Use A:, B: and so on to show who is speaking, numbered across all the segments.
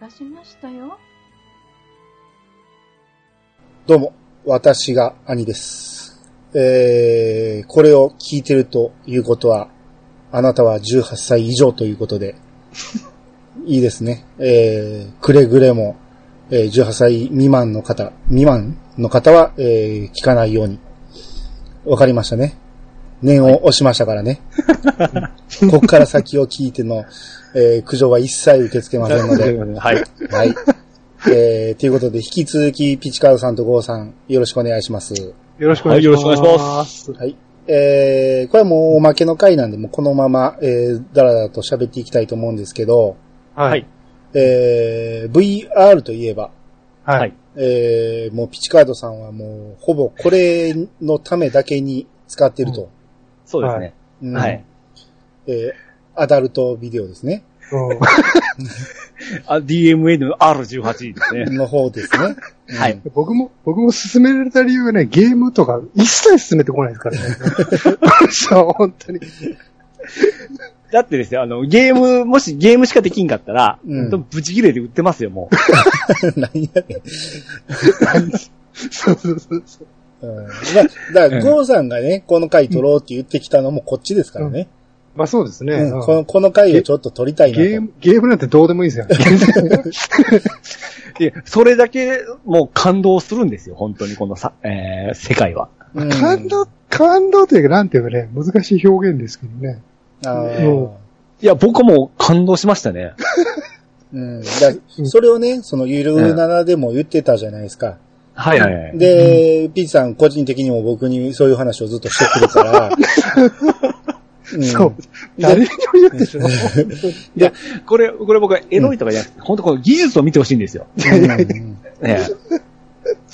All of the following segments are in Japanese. A: 探しましたよ。
B: どうも、私が兄です。えー、これを聞いてるということは、あなたは18歳以上ということ で、いいですね。えー、くれぐれも、えー18歳未満の方、未満の方は、えー聞かないように。わかりましたね。念を押しましたから ね。こっから先を聞いての、えー苦情は一切受け付けませんので。
C: はい。
B: はい。えー、ということで、引き続き、ピチカードさんとゴーさん、よろしくお願いします。
D: よろしくお願いし
C: よろし
D: ます。
C: くお願いします。
B: はい。えー、これはもうおまけの回なんで、もうこのまま、えー、だらだらと喋っていきたいと思うんですけど、
D: はい。
B: えー、VR といえば、
D: はい。
C: はい
B: えー、もうピチカードさんはもう、ほぼこれのためだけに使ってると。
C: そうですね。
B: うん
C: はい。。
B: えー、アダルトビデオですね。
D: うん
C: あ、DMA の R18 です ね。
B: の方です ね。
C: はい
B: うん。
D: 僕も、僕も進められた理由がね、ゲームとか一切進めてこないですからね。 そう、本当に。
C: だってですよ、あの、ゲーム、もしゲームしかできんかったら、
B: うん
C: ほんとブチ切れで売ってますよ、も
B: 何やねん。
D: そうそうそうそう。
B: うんだだから、ゴーさんがね、この回撮ろうって言ってきたのもこっちですからね。
D: まあそうですね。
B: うん
D: うん
B: このこの回をちょっと撮りたいなと。
D: ゲーム、ゲームなんてどうでもいいですよ。
C: う。いや、それだけ、もう感動するんですよ、本当に、このさ、えー、世界は。
B: うん
D: 感動、感動というか、なんていうかね、難しい表現ですけどね。
B: あー
D: も
C: いや、僕も感動しましたね。
B: うん。だからそれをね、そのゆるならでも言ってたじゃないですか。
C: はいはいはい。
B: で、ピッチさん個人的にも僕にそういう話をずっとしてくる から。うん
D: そう。
B: で
D: 誰にも言うでしょ。
C: これ、これ僕はエロいとかじゃなくて、本当この技術を見てほしいんですよ。
B: うん
C: ね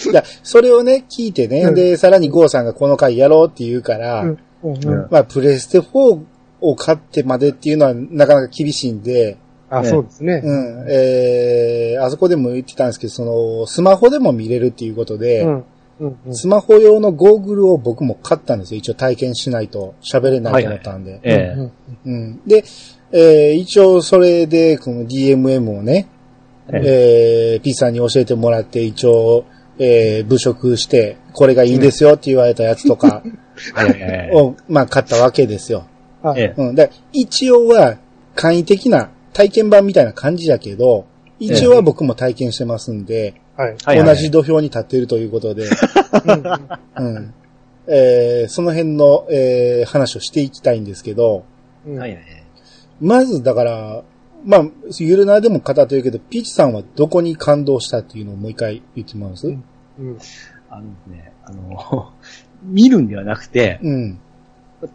B: だからそれをね、聞いてね、
D: うん
B: で、さらにゴーさんがこの回やろうって言うから、
D: うんうんうん
B: まあ、プレステ4を買ってまでっていうのはなかなか厳しいんで、
D: あ、
C: ね
D: そうですね。
B: うん、えー、あそこでも言ってたんですけど、その、スマホでも見れるっていうことで、
D: うん。うんうん
B: スマホ用のゴーグルを僕も買ったんですよ。一応体験しないと喋れないと思ったんで。
C: ええ
D: う
B: う
D: ん
B: ん、で、えー一応それで、この DMM をね、
C: え
B: えー、P さんに教えてもらって、一応、えー、物色して、これがいいですよって言われたやつと か
C: はいはいはい
B: を、まあ買ったわけですよ。
D: はい
C: ええ
B: うん。で、一応は簡易的な体験版みたいな感じだけど、一応は僕も体験してますんで、
D: はい。
C: はいはい
B: 同じ土俵に立っているということで、
D: うんうん
B: うん。えーその辺の、えー話をしていきたいんですけど、
D: うん
C: はいはいはい
B: まずだから、まあ、ゆるなでも語ってるけど、ピーチさんはどこに感動したっていうのをもう一回言ってもらえます
D: うんうん
C: あのですね、あの、 見るんではなくて、
B: うん。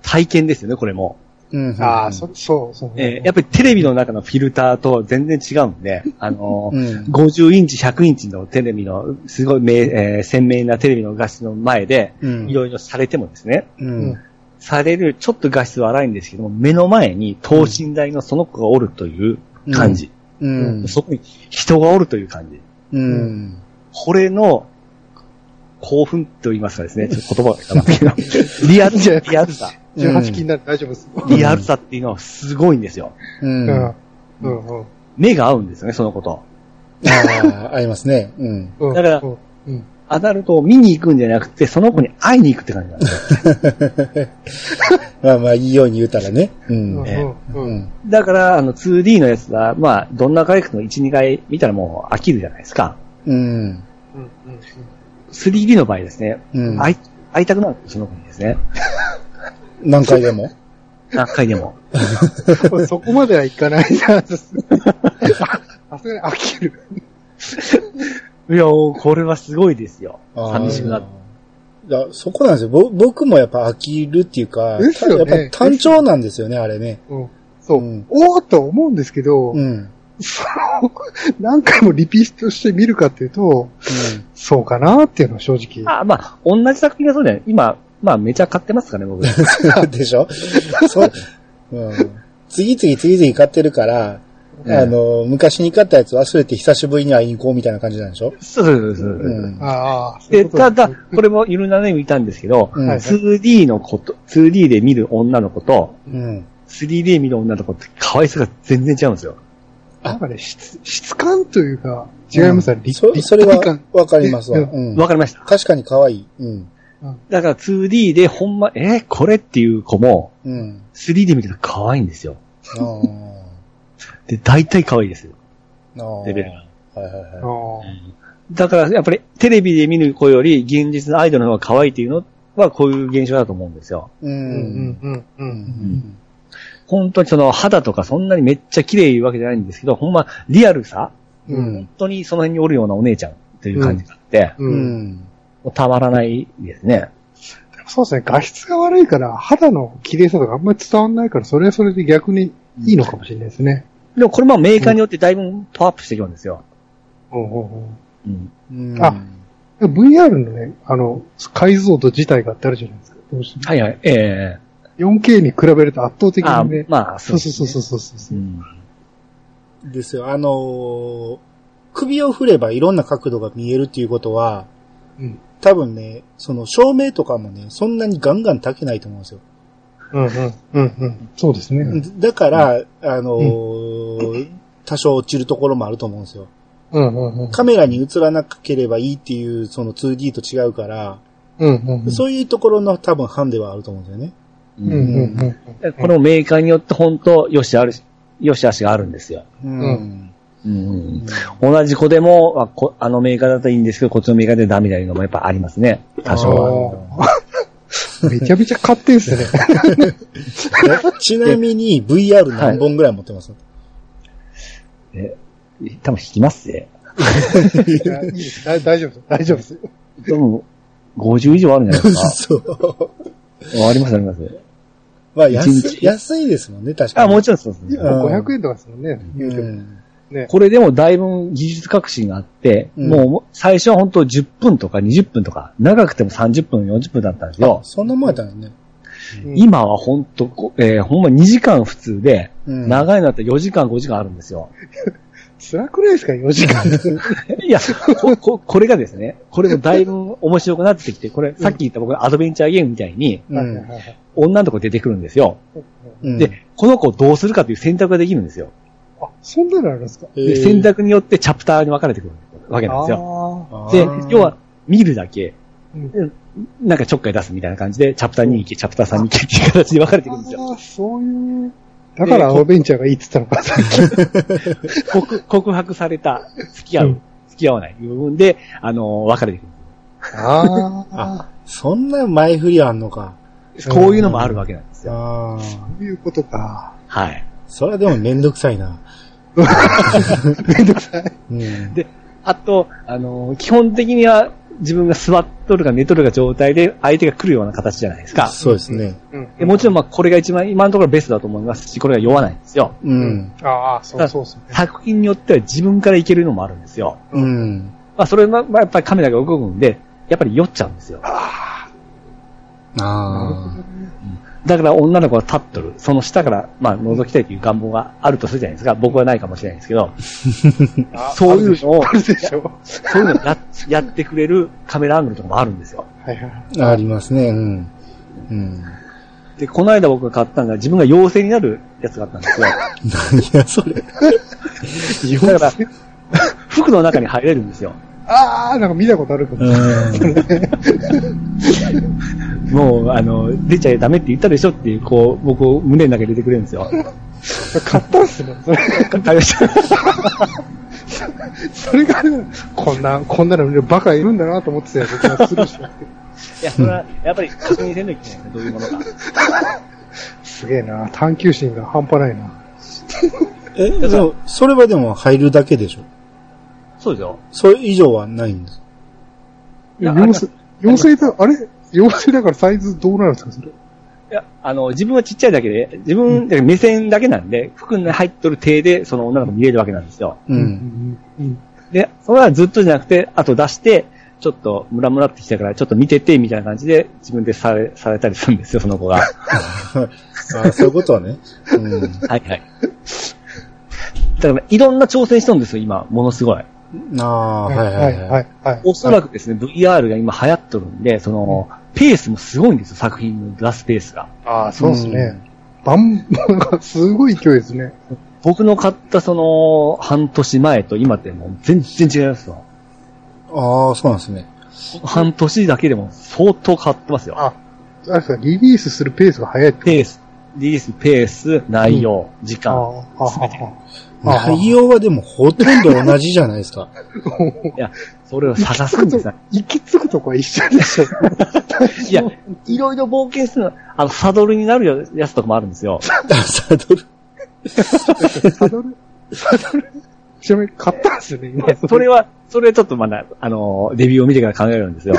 C: 体験ですよね、これも。
B: うん。
D: ああ、そ、そう、そう。
C: えーやっぱりテレビの中のフィルターと全然違う んで、あの、
B: うん。
C: 50インチ、100インチのテレビの、すごい明、えー鮮明なテレビの画質の前で、
B: うん。
C: いろいろされてもですね、
B: うん。
C: される、ちょっと画質は荒いんですけども、目の前に等身大のその子がおるという感じ。
B: うん。
C: そこに人がおるという感じ。
B: うん。
C: これの、興奮と言いますかですね、ちょっと言葉が出なかったけ ど、リアルさ、リアルさ、
D: 18禁なんで大丈夫です。
C: リアルさっていうのはすごいんですよ。
B: うん。
D: うん
B: あ。
D: うん。うん。
C: 目が合うんですよね、その子と。
B: あ、ありますね。うん。
D: うん
C: だから
D: うんうん。
C: アダルトを見に行くんじゃなくて、その子に会いに行くって感じなんですよ。
B: まあまあ、いいように言うたらね。う。
D: うんん。
B: う
D: うんうん。
B: ん。
C: だから、あの、2D のやつは、まあ、どんな画力の1、2回見たらもう飽きるじゃないですか。
B: うん。
D: うんうん。
C: 3D の場合ですね、
B: うん。
C: 会い、会いたくなるんですよその子にですね。
B: 何回でも。
C: 何回でも。
D: うんそこまではいかないな、さすがに。あさすがに飽きる。
C: いや、これはすごいですよ。
B: あー
C: 寂しくなる。
B: だそこなんですよ。ぼ僕もやっぱ飽きるっていうか、
D: ですよね
B: やっぱ単調なんですよね、あれね。
D: うん。そう
B: うん
D: う。おーっと思うんですけど
B: う、ん。 うん。
D: その、何回もリピートして見るかっていうと、そうかなっていうのは正直。
C: あ、まあ、同じ作品がそうだよね。今、まあ、めちゃ買ってますからね、僕。
B: でしょそう、うん。次々次々買ってるから、
C: ええ
B: あの、昔に買ったやつ忘れて久しぶりに会いに行こうみたいな感じなんでしょ
C: そうそうそうそう。
B: うん。
D: ああ、そうい
C: で、
D: うこと
C: ただ、これもいろんなね見たんですけど、
B: うん
D: はい
C: 2D のこと、2D で見る女の子と、
B: うん。
C: 3D で見る女の子って可愛さが全然違うんですよ。
D: なんかね、質、質感というか、違いますね。立
B: そそれ
D: 立体
B: は
D: 感。
B: わかりますわ。
D: うん
B: うん
C: わかりました。
B: 確かに可愛い。うん。
C: だから 2D でほんま、えーこれっていう子も、
B: うん。
C: 3D 見たら可愛いんですよ。
B: あー
C: で、大体可愛いですよ。
B: あー。
C: レベルが。
B: はいはい
D: あ
B: はい。
D: ー
C: だから、やっぱりテレビで見る子より現実のアイドルの方が可愛いっていうのはこういう現象だと思うんですよ。
B: う
D: うんん。うんう
B: うんん。
C: 本当にその肌とかそんなにめっちゃ綺麗いうわけじゃないんですけど、ほんまリアルさ
D: うん
B: う
D: うん
B: ん。
C: 本当にその辺におるようなお姉ちゃんっていう感じがあって、
D: う。
B: うんん。
C: もうたまらないですね。
D: そうですね。画質が悪いから、肌の綺麗さとかあんまり伝わんないから、それはそれで逆にいいのかもしれないですね。
C: でもこれもメーカーによってだいぶパワーアップしてきるんですよ。
D: ほうほうほう
C: うん。
B: うん
D: あ VR のね、あの、解像度自体がってあるじゃないですか。どうしても
C: はいはい、ええ
D: 4K に比べると圧倒的
C: あ
D: にね。
C: まあ、
D: そうそう
C: です
D: そう
C: ね
D: そうそうそうう。
C: ん。
B: ですよ。あのー首を振ればいろんな角度が見えるっていうことは、
D: うん。
B: 多分ね、その照明とかもね、そんなにガンガン炊けないと思うんですよ。
D: うんうん。うんうん。そうですね。うん
B: だから、あのー多少落ちるところもあると思うんですよ。
D: うんうん。
B: カメラに映らなければいいっていう、その 2D と違うから、
D: うんうんうん。
B: そういうところの多分ハンデはあると思うんですよね。
D: うんうんうんうん。
C: でこのメーカーによって本当、よしあるし、よしあしがあるんですよ。
B: うん。
D: うん
C: うん。同じ子でも、あこあのメーカーだといいんですけど、こっちのメーカーでダメだいうのもやっぱありますね。多少は。
D: あーめちゃめちゃ買ってんすね。
B: ちなみに VR 何本ぐらい持ってます、
C: え、多分引きますね。
D: いやいいです大 大丈夫です。大丈夫です。
C: 多分、50以上あるんじゃないで す
B: そう。
C: か。ありますあります。
B: まあ安
C: 一日
B: 安いですもんね、確か
C: あ、
B: に。
C: もちろんそうですね。
D: もう500円とかですもんね。言うても
B: うん
D: ね。
C: これでもだいぶ技術革新があって、
B: うん
C: もう最初は本当10分とか20分とか、長くても30分、40分だったんですよ。
B: そんなもんやったんですね。
D: うん、
C: 今は本当、こえーほんま2時間普通で、
B: うん
C: 長いのだったら4時間5時間あるんですよ。
D: 辛くないですか ?4 時間。
C: いや、こ、 こ、これがですね、これがだいぶ面白くなってきて、これ、さっき言った僕のアドベンチャーゲームみたいに、
B: う
D: はいはい
B: ん
D: はいはい
C: 女の子出てくるんですよ。
B: うん
C: で、この子をどうするかという選択ができるんですよ。
D: あ、そんなのあるんですか
B: え
C: で、
B: ー
C: 選択によってチャプターに分かれてくるわけなんですよ。
D: あ
B: あ
C: で
B: ー、
C: 要は、見るだけ、
D: うん
C: なんかちょっかい出すみたいな感じで、チャプター2行け、チャプター3行けっていう形で分かれてくるんですよ。
D: ーそういう。だからアドベンチャーがいいって言ったのか。
C: 告告白された、付き合
D: う、
C: うん付き合わない部分で、あのー、分かれてくる。
D: あ
B: あ。そんな前振りあんのか。
C: こういうのもあるわけなんですよ。
B: ああ。
D: そういうことか。
C: はい。
B: それはでもめんどくさいな。
D: めんどくさい。
B: うん。
C: であと、あのー基本的には自分が座っとるか寝とるか状態で相手が来るような形じゃないですか。
B: そうですね。
D: うん
C: でもちろんまあこれが一番今のところベストだと思いますし、これが酔わないんですよ。
B: うん。
D: ああ、そうそうそう。
C: 作品によっては自分からいけるのもあるんですよ。
B: うん。
C: まあそれはまあやっぱりカメラが動くんで、やっぱり酔っちゃうんですよ。
B: ああ。
C: だから女の子は立っとる。その下からまあ覗きたいという願望があるとするじゃないですか。僕はないかもしれないですけど、
D: あ
C: そういうのを
D: あるでしょ。
C: そういうのをややって くれるカメラアングルとかもあるんですよ。
D: はいはい。
B: ありますね。うん。うん。
C: で、この間僕が買ったのが自分が妖精になるやつがあったんですよ。
B: いや、それ。
C: だから、服の中に入れるんですよ。
D: ああ、なんか見たことあるかも。
B: うん。
C: もう、あの、出ちゃダメって言ったでしょっていう、こう、僕を胸の中に入れてくれるんです よ。
D: 買ったんすね。それ、
C: 買いました
D: それがあれだなこんな、こんなの見るバカいるんだなと思ってたやつ。僕はスルーして
C: いや、それは、やっぱり確認せんといけないですね、どういうものか。
D: すげえな。探求心が半端ないな。
B: え、でも、それはでも入るだけでしょ。
C: そうですよ。
B: それ以上はないんです。
C: いや
D: 妖精、妖精だ、あれ妖精だからサイズどうなるんですかそれ。
C: いや、あの、自分はちっちゃいだけで、自分、だから目線だけなんで、服に入っとる手で、その女の子見れるわけなんですよ。
B: う。
D: うんうん。
C: で、それはずっとじゃなくて、あと出して、ちょっと、ムラムラってきたから、ちょっと見てて、みたいな感じで、自分でされ、されたりするんですよ、その子が。
B: ああそういうことはね。う
C: はいはい。だから、いろんな挑戦しとるんですよ、今、ものすごい。
B: ん。ああ、はいはいはい。
D: い。はい
C: おそらくですね、VR が今流行っとるんで、その、ペースもすごいんですよ、作品の出すペースが。
D: ああ、そうですね。バン、なんかすごい勢いですね。
C: 僕の買ったその、半年前と今ってもう全然違いますわ。
B: ああ、そうなんですね。
C: 半年だけでも相当変わってますよ。
D: あ、あれですか、リリースするペースが早いって
C: ペース、リリース、ペース、内容、時
D: あ
C: 間。
D: あ、ああ、ああ。
B: 内容はでもほとんど同じじゃないです か。
C: いや、それを探すんです よ。
D: 行き着くとこは一緒でしょ。
C: いや、いろいろ冒険するの、あの、サドルになるやつとかもあるんですよ。
B: サドル。
D: サドルサドルちなみに買ったんですよね、今。
C: それは、それちょっとまだ、あの、レビューを見てから考えるんですよ。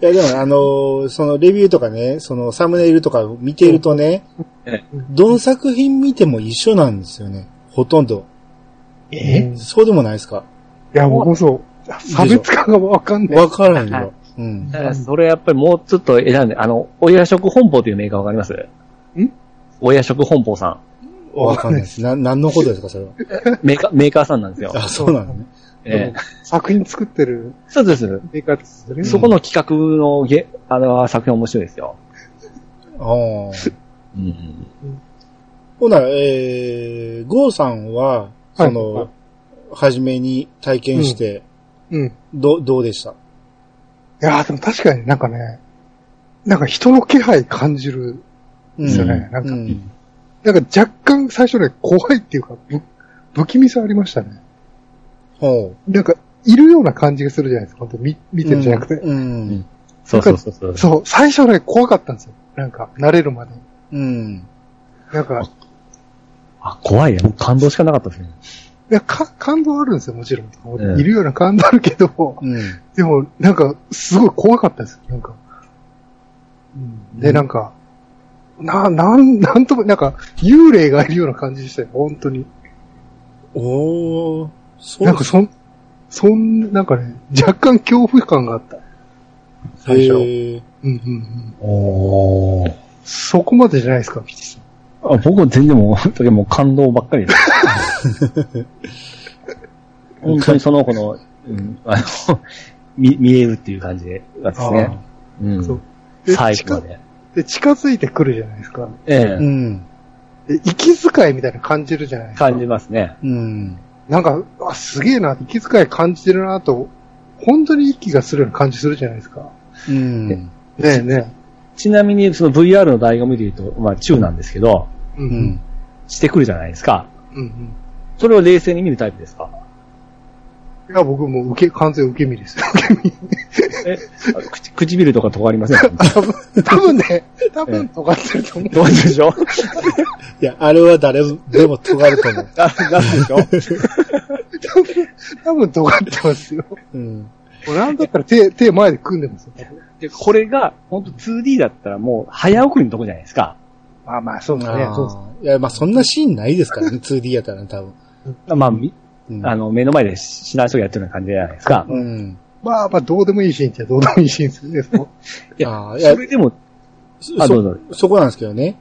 B: いや、でも、あのーそのレビューとかね、そのサムネイルとか見てるとね
C: え、
B: どの作品見ても一緒なんですよね。ほとんど。
D: えい
B: そうでもないですか
D: や、僕もそう。差別感がわかんない。
B: わからん
C: はい
B: よ。うん。
C: だからそれやっぱりもうちょっと選んで、あの、親食本舗というメーカーわかります
D: ん
C: 親食本舗さん。
B: わかんないです。な、何のことですか、それは。
C: メーカー、メーカーさんなんですよ。
B: あ、 そうなのね。
C: ええ
D: 作品作ってる
C: そうです。
D: メーカーですよね。
C: そこの企画のゲ、あの、作品面白いですよ。
B: ああ。
C: うん。
B: ほな、えー、ゴーさんは、その、
D: はい
B: 初めに体験して、
D: うん。い
B: ど、どうでした
D: や、でも確かになんかね、なんか人の気配感じる。
B: うん
D: ですよねなん
B: う
D: か
B: ん
D: なんか若干最初ね、怖いっていうか、ぶ、不気味さありましたね。
B: ほ
D: なんか、いるような感じがするじゃないですか、本当見、
B: う。
D: 見てるじゃなくて。
B: うん。
C: そうそうそうそう。
D: そう、最初ね、怖かったんですよ。なんか、慣れるまで。
B: うん。
D: なんか、
C: あ、怖いね。もう感動しかなかったですね。
D: いやか感動あるんですよ、もちろん。
C: ええ
D: いるような感動あるけど、
B: うん。
D: でも、なんか、すごい怖かったですよ、なんか。
B: う
D: で、
B: ん
D: なんか、な、なん、なんとも、なんか、幽霊がいるような感じでしたよ、本当に。
B: おー、そう
D: なんか、そん、そん、なんかね、若干恐怖感があった。最初。
B: へー
D: うんうんうん。
C: おー。
D: そこまでじゃないですか、ピチさん。
C: あ僕は全然もう、本当にもう感動ばっか りです。本当にその子の、うん、あの、 見、見えるっていう感じでですね。う
D: そ
C: ん
D: う。で
C: 最後
D: 近
C: まで。
D: で、近づいてくるじゃないですか。
C: え
B: う
C: え、
B: ん。
D: で、息遣いみたいな感じるじゃないですか。
C: 感じますね。
B: うん。
D: なんか、あ、すげえな、息遣い感じてるなと、本当に息がするような感じするじゃないですか。
B: うん。
D: ねえね
C: ちなみに、その VR の醍醐味で言うと、まあ、中なんですけど、
D: え。う
B: うんん。
C: してくるじゃないですか。
D: うんうん。
C: それを冷静に見るタイプですか
D: いや、僕もう受け、完全受け身ですよ。 受け
C: え、あ 口唇とかとかありません
D: 身。多分ね、多分尖ってると思う。
C: どうでしょう
B: いや、あれは誰でも尖ると思う。
C: ななんでしょう
D: 多分、多分尖ってます よ。
B: うん。
D: もうなんだったら手、手前で組んでますよ。多分
C: でこれが、本当 2D だったらもう、早送りのとこじゃないですか。
D: まあまあ、そうだね。そうです
B: あーいや、まあそんなシーンないですからね、2D やったらね、多分。
C: まあ、み
B: うん
C: あの、目の前で知らない人がやってるような感じじゃないですか。
B: うん。
D: まあまあ、どうでもいいシーンってどうでもいいシーンですよねその。
C: い
B: あ
C: や、
B: ーいや
C: それでも、あ、どうぞ。
B: そこなんですけどね。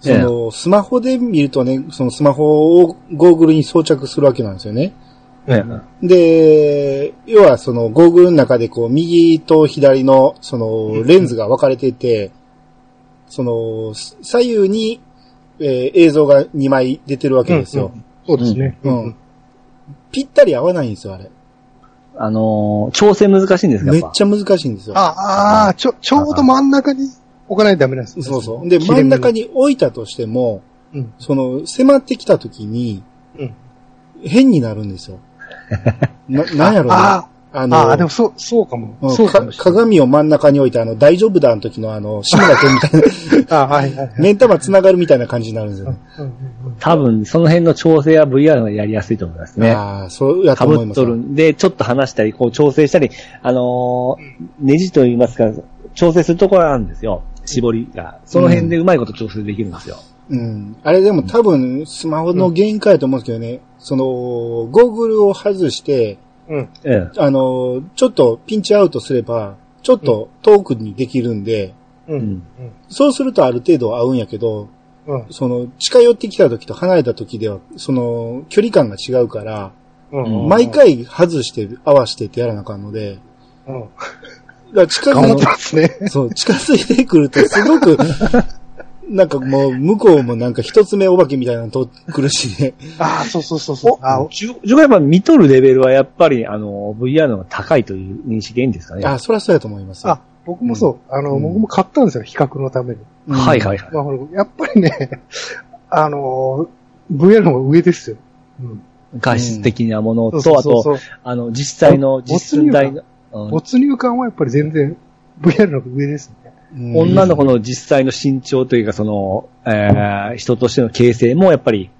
B: そ
C: ええ
B: の、スマホで見るとね、そのスマホをゴーグルに装着するわけなんですよね。
C: ね
B: で、要はそのゴーグルの中でこう、右と左の、その、レンズが分かれてて、その、左右に、えー映像が2枚出てるわけですよ。
D: そうですね。
B: うんぴったり合わないんですよ、あれ。
C: あのー、調整難しいんですか
B: め
C: や
B: っ
C: っぱ。
B: ちゃ難しいんですよ。
D: ああ、ちょ、ちょうど真ん中に置かないとダメなんですね
B: そうそう。で、真ん中。に置いたとしても、
D: うん。
B: その、迫ってきた時に、
D: うん。
B: 変になるんですよ。な、なんやろうな。
D: あ
B: あ
D: あ、あ
B: の、
D: あ、でもそう、そうかも。
B: うん
D: そうか
B: か
D: もしれない。
B: 鏡を真ん中に置いて、あの、大丈夫だの時のあ の、志村けんみたいな、
D: あはいはいはい。
B: 目ん玉繋がるみたいな感じになるんです よね。
D: うんうん
C: 多分、その辺の調整は VR の方がやりやすいと思いますね。
B: ああ、そうや
C: か
B: と思い
C: ぶ
B: ま
C: っ
B: す
C: と。るんで、ちょっと離したり、こう調整したり、あのーネジと言いますか、調整するところがあるんですよ。絞りが。その辺でうまいこと調整できるんですよ。
B: うん。あれでも多分、スマホの限界だと思うんですけどね、その、ゴーグルを外して、
D: うん。うん。
C: ええ。
B: あの、ちょっとピンチアウトすれば、ちょっと遠くにできるんで、
D: う。
C: うんん。
B: そうするとある程度合うんやけど、
D: うん。
B: その、近寄ってきた時と離れた時では、その、距離感が違うから、
D: うん。
B: 毎回外して、合わしてってやらなあかんので、
D: うん。
B: だから近
D: 頑張って
B: づ
D: ますね。
B: そう、近づいてくるとすごく、なんかもう、向こうもなんか一つ目お化けみたいなのと来るしね。
D: ああ、そうそうそうそう。あ
C: 自分がやっぱ見とるレベルはやっぱり、あの、VR の方が高いという認識でいいんですかね。
B: あ、そりゃそうやと思いますよ。
D: あ、僕もそう。あの、
B: うん
D: 僕も買ったんですよ、比較のために。
B: うん
C: はいはいはい。
D: まあ、ほらやっぱりね、あのー、VR の方が上ですよ。うん。
C: 画質的なものと、
D: そう
C: あ
D: そう
C: と、
D: そう。
C: あの、実際の
D: 没
C: 実寸大の、うん
D: 没入感はやっぱり全然 VR の方が上ですね。
B: うん
C: 女の子の実際の身長というか、その、えー、人としての形成もやっぱり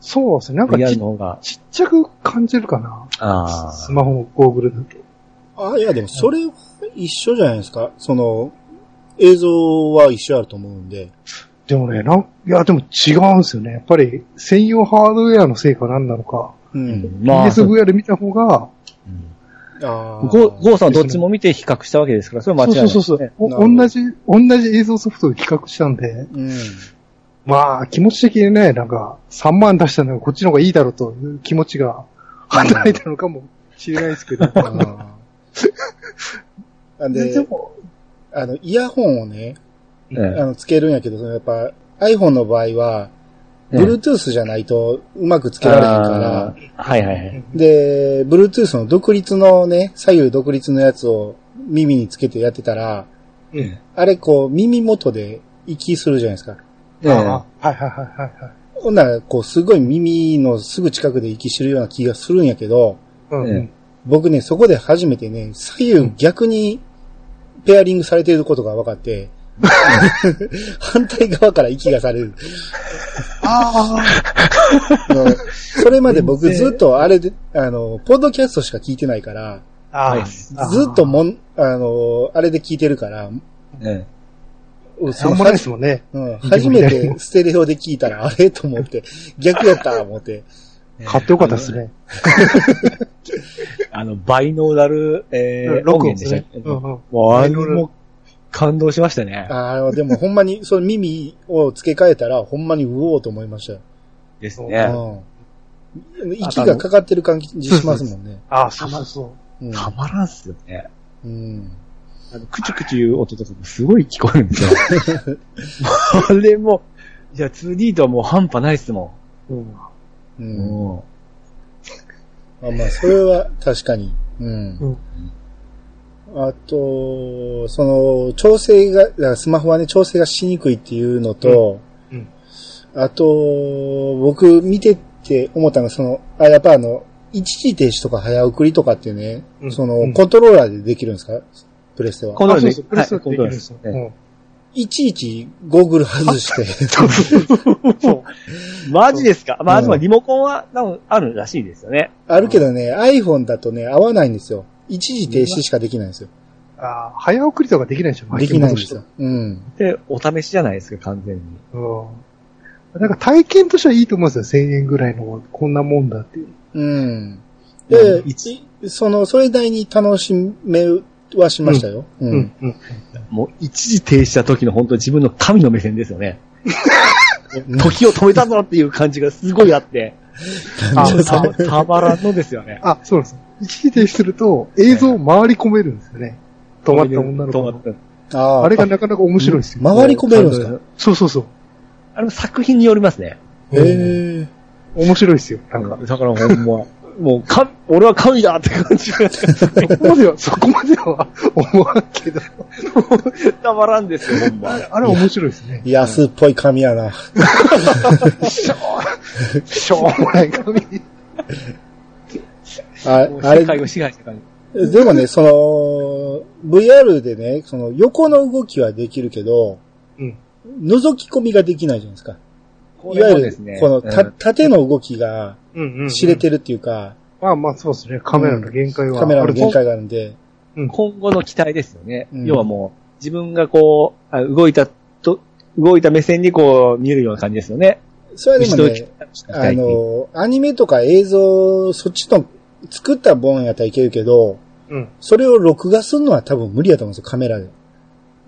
D: そうですね。なんか
C: VR
D: ち
C: の方が、
D: ちっちゃく感じるかな。
C: あ
D: スマホのゴーグルだと。
B: あ、いやでもそれは一緒じゃないですか。その、映像は一緒あると思うんで。
D: でもね、なん、いや、でも違うんですよね。やっぱり専用ハードウェアのせいか何なのか。
B: う
C: ー
B: ん。
C: まあ、そう
D: PSVR で見た方が、
C: うん
B: あー
C: ゴーゴーさんどっちも見て比較したわけですから、それは間違いない、
D: そうそうそう。お
B: なるほど
D: 同じ、同じ映像ソフトで比較したんで、
B: うん。
D: まあ、気持ち的にね、なんか、3万出したのがこっちの方がいいだろうという気持ちが働いたのかもしれないです けど。
B: あーなん
D: で
B: で、
D: も、
B: あの、イヤホンをね、
C: ええ
B: あの、つけるんやけど、そのやっぱ iPhone の場合は、Bluetooth じゃないとうまくつけられへんから、
C: あーはいはいはい。
B: で、Bluetooth の独立のね、左右独立のやつを耳につけてやってたら、
D: うん。
B: あれこう耳元で息するじゃないですか。
C: ええ
D: ああはいはいはいはいはい。
B: ほんなら、こうすごい耳のすぐ近くで息してるような気がするんやけど、
D: うんうん。
B: 僕ね、そこで初めてね、左右逆にペアリングされていることが分かって、反対側から息がされる。
D: あ
B: あのそれまで僕ずっとあれで、あの、ポッドキャストしか聞いてないから、
D: あ、あ
C: はい
D: あ、
B: ずっともん、あの、あれで聞いてるから、
C: え
B: そ
D: な
B: の
D: んもないですもんね。
B: うん、初めてステレオで聞いたら、あれと思って、 逆やった思って。
C: え
D: 買ってよかったです。ね。
C: あの、バイノーラル、えー、
D: 録
C: 音
D: 音
C: 源で
D: でし
C: したっ
D: たね
C: け。
D: うんうん
C: もうあれ
D: バイノーラル
C: も感動しましたね。
B: ああ、でもほんまに、その耳を付け替えたら、ほんまにうおーと思いましたよ。
C: です
D: え
C: ね。
B: うん。息がかかってる感じしますもんね。
D: ああ、そうそうそ
B: うん
C: たまらんっすよね。
B: うん。
C: あの、くちゅくちゅいう音とかもすごい聞こえるんですよ。あれも、いや、2D とはもう半端ないっすも。
D: う。うん
B: うんん。
C: も
B: まあまあ、それは確かに。うん。
D: うん
B: あと、その、調整が、だからスマホはね、調整がしにくいっていうのと、
D: うん
B: あと、僕見てて思ったのが、その、あ、やっぱあの、一時停止とか早送りとかってね、
D: うん
B: その、
D: うん
B: コントローラーでできるんですかプレステ
C: う
B: は。
C: コントロールで
D: あそうそうプレステ
C: はい
D: できるんですよ。
C: コントロール
D: うん
B: いちいちゴーグル外して、
D: そうそうそう
C: うマジですかまあ、
B: うん
C: あとはリモコンは、多分あるらしいですよね。
B: あるけどね、iPhone だとね、合わないんですよ。一時停止しかできないんですよ。
D: ああ、早送りとかできないでしょ、
B: できないんですよ。うん。
C: で、お試しじゃないですか、完全に。
D: うん。なんか体験としてはいいと思うんですよ。1000円ぐらいのこんなもんだっていう。
B: うん。で、
C: うん
B: いその、それなりに楽しめはしましたよ。うん。
D: うん。 うん。
C: もう一時停止した時の本当に自分の神の目線ですよね。時を止めたぞっていう感じがすごいあって、
D: あ
C: もうたたまらんのですよね。
D: あ、そうなんです。一時停止すると映像を回り込めるんですよね。止まった女の子
C: 止ま
D: の
C: っ。た
B: あー
D: あれがなかなか面白いですよ。
B: 回り込めるんですか
D: そうそうそう。
C: あれも作品によりますね。
B: へえ。
D: 面白いですよ。なんか。
C: だからほんま、もう、か、俺は神だって感じが、
D: そこまでは、そこまでは思わんけど。
C: たまらんですよ、ほんま。
D: あれ面白いですね。
B: 安っぽい髪やな。
D: しょう、しょうもない髪。
B: あ
C: もう
B: あ
C: 世界を
B: れ、
C: 支配した感じ。
B: でもね、その、VR でね、その横の動きはできるけど、
D: うん。
B: 覗き込みができないじゃないですか。
C: こ
B: いわ
C: れも
B: ゆ
C: で
B: る
C: すね、
B: このた、
C: うん
B: 縦の動きが
D: うんうん。
B: 知れ。てるっていうか、
D: まあまあそうですね。カメラの限界は。
B: カメラの限界があるんで、
C: 今後の期待ですよね。
B: うん
C: 要はもう、自分がこう、あ動いたと、動いた目線にこう、見えるような感じですよね。
B: それはで
C: 後
B: も
C: ろに
B: ね
C: 来、た期
B: あ
C: 待ってい
B: の、
C: う
B: アニメとか映像、そっちの作ったもんやったらいけるけど、
D: うん。
B: それを録画するのは多分無理やと思うんですよ、カメラで。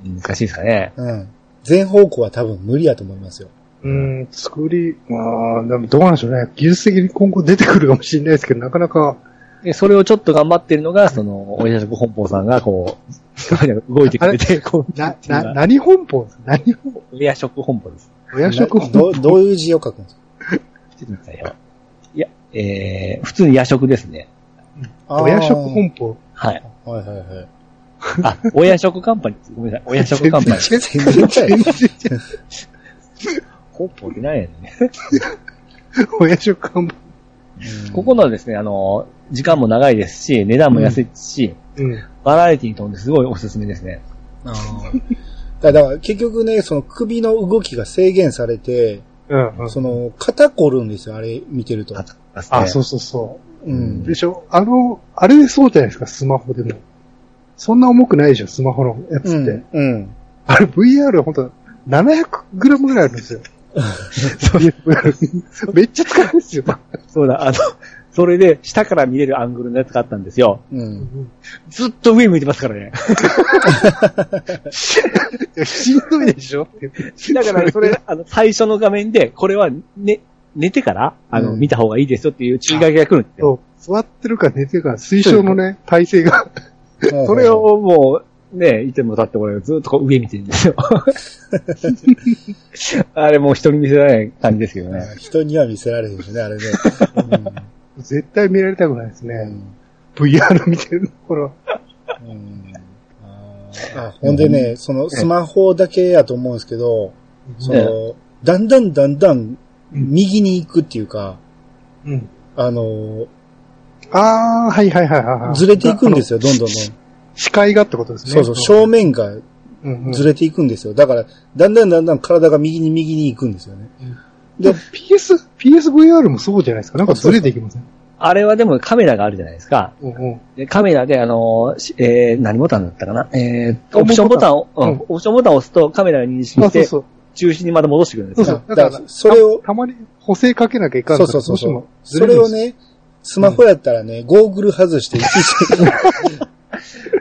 C: 難しいですかね。
B: うん。全方向は多分無理やと思いますよ。
D: うん、作り、まあ、でもどうなんでしょうね。技術的に今後出てくるかもしれないですけど、なかなか、
C: で、それをちょっと頑張ってるのが、その、おやじご本邦さんがこう、そう じゃない動いてくれて、こう。
D: な、な、何本舗ですか何本舗
C: 親食本舗です。
D: 親食本
B: ど
D: 舗
B: どういう字を書くんですか
C: ちょっと待ってくださいよ。いや、えー、普通に夜食ですね。
D: 親食本舗
C: はい。
B: 舗。はいはいはい。
C: あ、親食カンパニー。ごめんなさい。親食カンパニ ー。
B: 全然違う。
C: 本舗ってないやね。
D: 親食本舗
C: ここのですね、あの、時間も長いですし、値段も安いし、
D: うん。
C: バラエティに飛んですごいおすすめですね。。
B: あーだだから結局ね、その首の動きが制限されて、
D: うんうん。
B: その、肩凝るんですよ、あれ見てると。
D: あ、そううそうそうう。
B: ん。
D: でしょあの、あれそうじゃないですか、スマホでも。そんな重くないでしょ、スマホのやつ
B: う
D: って。
B: ん。うん。
D: あれ VR ほんと700グラムぐらいあるんですよ。そういう VR めっちゃ使うんですよ。
C: そうだ、あの、それで、下から見れるアングルのやつがあったんですよ。
B: うん。
C: ずっと上向いてますからね。
D: いやしんどいでしょって
C: だから、それ、あの、最初の画面で、これは、ね、寝てから、あの、
B: うん
C: 見た方がいいですよっていう注意書きが来るんですよ。
D: そう座ってるか寝てるか、推奨のね、体勢が。
C: それをもう、ね、いても立ってもらえるずっとこう上見てるんですよ。あれもう人に見せられない感じですけどね。
B: 人には見せられへんしね、あれね。
D: 絶対見られたくないです
B: うんう
D: ね。
B: ん
D: VR 見てるところ。
B: うんあーあほんでね、そのスマホだけやと思うんですけど、その、だんだんだんだん右に行くっていうか、
D: うん。
B: あの、
D: あー、はいはいはいはいはい。
B: ずれていくんです
D: よ。
B: よ、どんどんどん。
D: 視界がってことですね。
B: そうそう、正面が
D: うんうん
B: ずれていくんですよ。だから、だんだんだんだん体が右に右に行くんですよね。
D: で、PS、PSVR もそうじゃないですか。なんかずれていきません。
C: あれはでもカメラがあるじゃないですか。
D: うんうん。
C: でカメラで、あのーしえー、何ボタンだったかなえーっと、オ
D: オプ
C: プ
D: シ
C: シ
D: ョ
C: ョ
D: ン
C: ン
D: ボ
C: ボ
D: タ
C: タ
D: ン
C: ンを、うん
D: うん
C: オプションボタンを押すとカメラが認識し
D: あ、そう
C: て
D: そ、う。
C: 中心にまた戻してくるんです
D: そう
C: よ。
D: そう。だ
B: だ
D: か
B: からら、、それを、
D: たまに補正かけなきゃいかん
B: そ
D: か
B: うそ
D: ら
B: うそうそ
D: ど
B: う
D: し。て
B: それ
D: もずる
B: を
D: んですよ。
B: ね、スマホやったらね、ゴーグル外して、いちいち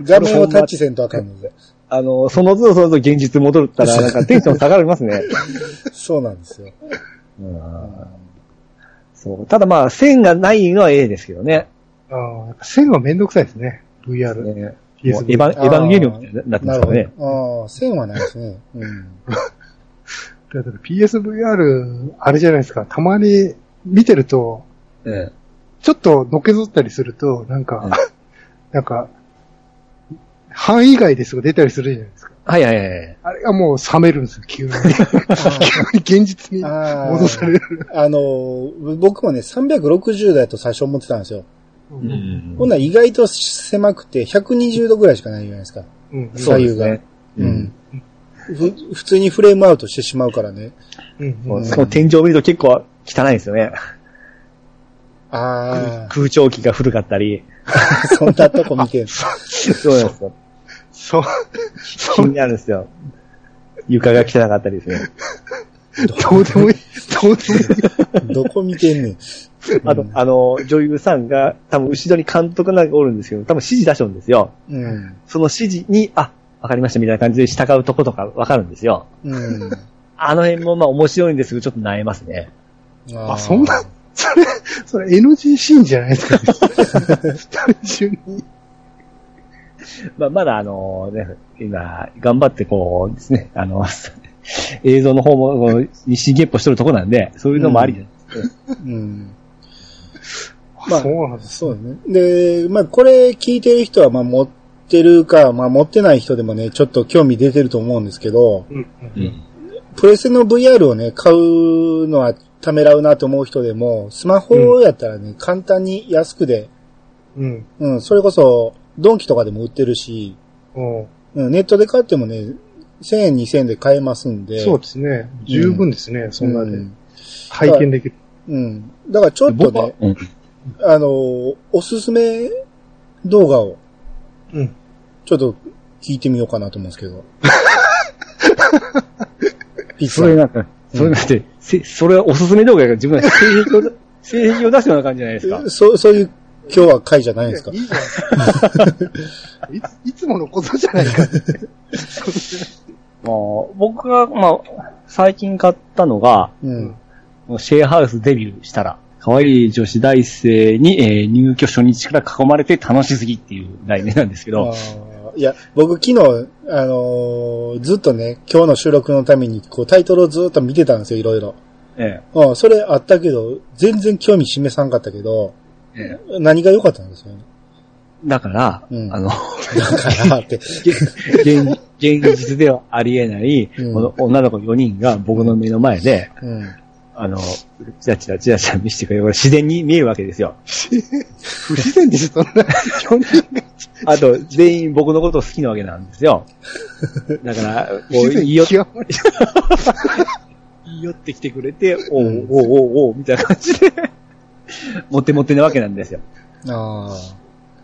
B: 画面をタッチせんとあかんので。
C: あのーその都度その都度現実戻ったら、なんかテンション下がりますね。
B: そうなんですよ。
C: うんそう。ただまあ、線がないのは A ですけどね。
D: あーやっぱ線はめんどくさいですね。
C: ね
D: VR。
C: もうエ
D: PS
C: ヴァン、エヴァンゲリオンみたいになってま
B: なる
C: すから
B: ほ
C: ね。
B: ど。ああ、線はないですね。うん。
D: だから PSVR、あれじゃないですか。たまに見てると、
C: うん。
D: ちょっとのけぞったりすると、なんか、
C: うん
D: なんか、範囲外ですが出たりするじゃないですか。
C: はいはいはいはい。
D: あれがもう冷めるんですよ、急に。急に現実に
B: あー
D: 戻される。
B: あのー、僕もね、360度やと最初思ってたんですよ。
D: うん
B: ほんなら意外と狭くて、120度ぐらいしかないじゃないですか。
D: うん
B: 左右が。
C: ね
B: う
C: うん
B: ん。ふ普通にフレームアウトしてしまうからね。
D: うん
C: そううんしかも天井見ると結構汚いんです よね。
B: あ
C: 空調機が古かったり。
B: あ、 そんなとこ見てんの
C: そうなんですよ。
D: そう、
C: 気になるんですよ。床が汚かったりですね。
D: どうでもいい、どうでもいい。
B: どこ見てんねん。
C: あと、あの、女優さんが、多分後ろに監督なんかおるんですけど、多分指示出しちゃうんですよ。
B: うん。
C: その指示に、あ、わかりましたみたいな感じで従うとことかわかるんですよ。
B: うん。
C: あの辺もまあ面白いんですけど、ちょっと萎えますね。
B: あ
D: あ、そんな、それ、それ NG シーンじゃないですか。単純に。
C: まあ、まだあのね、今、頑張ってこうですね、あの、 映像の方もこう日進月歩しとるとこなんで、そういうのもありじゃないですか
B: うん。
D: まあ、そうなんです。
B: そうですね。で、まあ、これ聞いてる人は、まあ、持ってるか、まあ、持ってない人でもね、ちょっと興味出てると思うんですけど、
D: うん。
B: プレステの VR をね、買うのはためらうなと思う人でも、スマホやったらね、簡単に安くで、
D: うん。
B: うん、それこそ、ドンキとかでも売ってるし、
D: うん
B: うん、ネットで買ってもね、1000円、2000円で買えますんで。
D: そうですね。十分ですね、そんな
B: う
D: で
B: ん。
D: 体験できる。
B: うん。だからちょっと
C: 僕は
B: ね、、あのー、おすすめ動画を
D: うん。
B: ちょっと聞いてみようかなと思うんですけ ど。ピッツ
C: それ
B: ァ。
C: なんか、それなんて、せそれはおすすめ動画やから自分は性癖を、 性癖を出すような感じじゃないですか。
B: そう、そういう今日は回じゃないんですか
D: い。いじゃん。いつ、いつものことじゃないか。
C: まあ、僕が、まあ、最近買ったのが、
B: うん。
C: シェアハウスデビューしたら、可愛い女子大生に、えー入居初日から囲まれて楽しすぎっていう題名なんですけ
B: あ
C: ど、
B: ーいや、僕昨日、あのーずっとね、今日の収録のために、こう、タイトルをずっと見てたんですよ、いろいろ。
C: え
B: うん、それあったけど、全然興味示さんかったけど、
C: え。ええ。
B: 何が良かったんですよね。
C: だから、
B: うん
C: あの、
B: だからって。
C: 現現実ではありえない、
B: うん
C: この女の子4人が僕の目の前で、
B: うん。
C: あの、チラチラチラチラ見せてくれる。これ自然に見えるわけですよ。
D: 不自然です、そんな。4人が
C: あと、全員僕のことを好きなわけなんですよ。だから、こ
D: 不
C: う、
D: 自
C: 言
D: 然
C: い寄っ
D: 極まり
C: 言い寄ってきてくれて、おうおうおうおうみたいな感じで、モテモテなわけなんですよ。
B: あ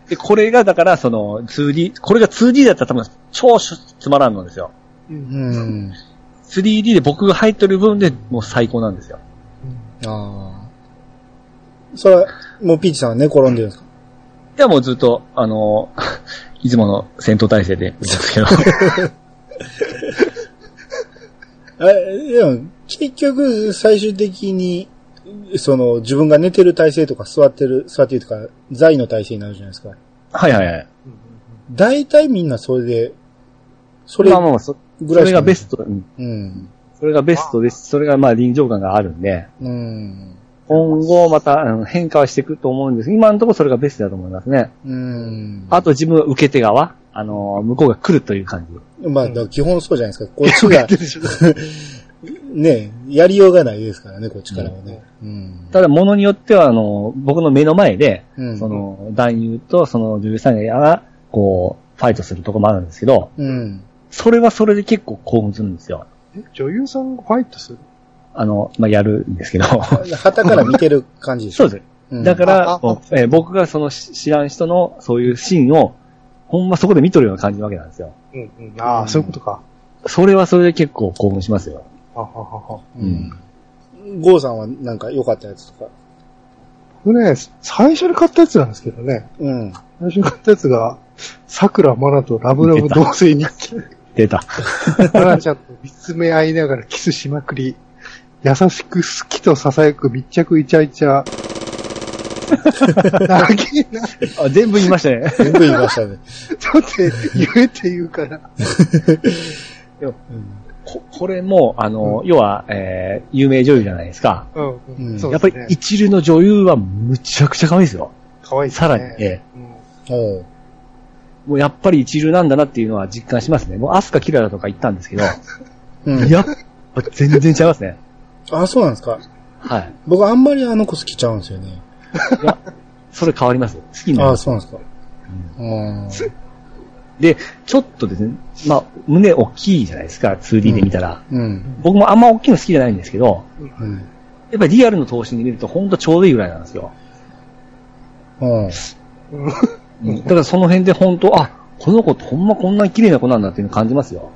C: で、これがだから、その、2D、これが 2D だったら多分、超つまらんのですよ。
D: う
B: あ。うんん。
C: 3D で僕が入ってる分でもう最高なんですよ。
B: ああ。それは、もうピーチさんは寝転んでるんですか
C: ではもうずっと、あの、 いつもの戦闘態勢で、ですけど。
B: え、でも、結局、最終的に、その、自分が寝てる体勢とか座ってる、座ってるとか、在の体勢になるじゃないですか。
C: はいはいはい。
B: 大体みんなそれで、そ
C: こ
B: れ
C: れまあまあ、そ
B: ぐ
C: そ
B: らい
C: れ
B: し
C: が
B: か
C: ベスト、うん
B: うん。
C: それがベストです。それがまあ臨場感があるんで、
B: うん。
C: 今後またあの変化はしていくと思うんです今のところそれがベストだと思いますね。
B: うん。
C: あと自分は受け手側、あの、向こうが来るという感じ。
B: まあ、だから基本そうじゃないですか。こっ ちが
D: 出、てしまう
B: ね、やりようがないですからね、こっちからはね。うん。
C: ただ、ものによっては、あの、僕の目の前で、
B: うん
C: その、男優とその女優さんが、こう、ファイトするとこもあるんですけど、
B: うん。
C: それはそれで結構興奮するんですよ。
D: え女優さんがファイトする
C: あの、まあ、やるんです けど。
B: 旗から見てる感じでし
C: そ
B: ょ
C: う。です。
B: うん
C: だか
D: あ
C: ら
D: あ、
C: こうえー僕がそのし知らん人のそういうシーンを、ほんまそこで見とるような感じなわけなんですよ。
D: うんうん。ああ、そういうことか。
C: それはそれで結構興奮しますよ。
D: はははは。
C: うん。
B: ゴーさんはなんか良かったやつとか。
D: 僕ね、最初に買ったやつなんですけどね。
B: うん。
D: 最初に買ったやつが、桜マナとラブラブ同棲日記。
C: 出た。
D: マナちゃんと見つめ合いながらキスしまくり、優しく好きと囁く密着イチャイチャ。長いな。ち
C: あ、全部言いましたね。
B: 全部言いました ね。
D: ょっと言えって言うから。
C: ここれも、あの、要は、えー有名女優じゃないですか。
D: うん、
B: う
D: うんん。そう
C: や
D: で
C: っぱり
D: すね。
C: 一流の女優はむちゃくちゃ可愛いですよ。
D: 可愛いです
C: さ
D: ね。
C: らに、え
D: うん
B: おう
C: ーもうやっぱり一流なんだなっていうのは実感しますね。もうアスカキララとか言ったんですけど、
B: うん。
C: やっぱ全然違いますね。
B: あ、そうなんですか。
C: はい。
B: 僕あんまりあの子好きちゃうんですよね。
C: いや、それ変わります。好きになり
B: あ
C: ます。
B: そうなんですか。うん。
C: で、ちょっとですね、まあ、胸大きいじゃないですか、2D で見たら。
B: うん。
C: 僕もあんま大きいの好きじゃないんですけど、
B: うん。
C: やっぱりリアルの投資に見るとほんとちょうどいいぐらいなんですよ。
B: うん。
D: うん
C: だからその辺で本当あ、この子ってほんまこんなに綺麗な子なんだっていうの感じますよ。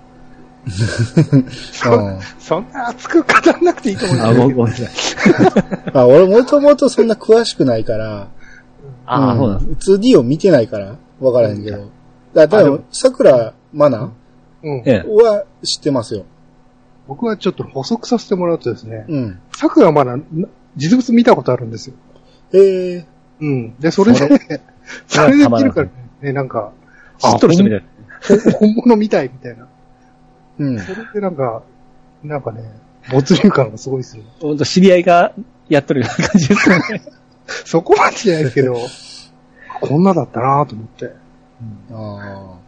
B: うん
D: そんな熱く語らなくていいと思
C: あ、ごめんごめんなさい。
B: あ、俺もともとそんな詳しくないから、
C: あ、
B: うん
C: そうなんです。
B: 2D を見てないから、わからへんけど。だから、
C: あ
B: 多
C: で
B: 分
C: も、
B: 桜マナ
D: う。うん
C: え。え。
B: は知ってますよ。
D: 僕はちょっと補足させてもらうとですね、
B: うん。
D: 桜まだ実物見たことあるんですよ。
B: ええ
D: うん。で、それで、 それで見るからね、なんか、
C: 知っとる人みたい。
D: 本物みたいみたいな。
B: うん。
D: それでなんか、なんかね、没入感がすごいですよ。
C: ほんと知り合いがやっとるような感じですよね。
D: そこまでじゃないです けど、こんなだったなと思って。
B: あ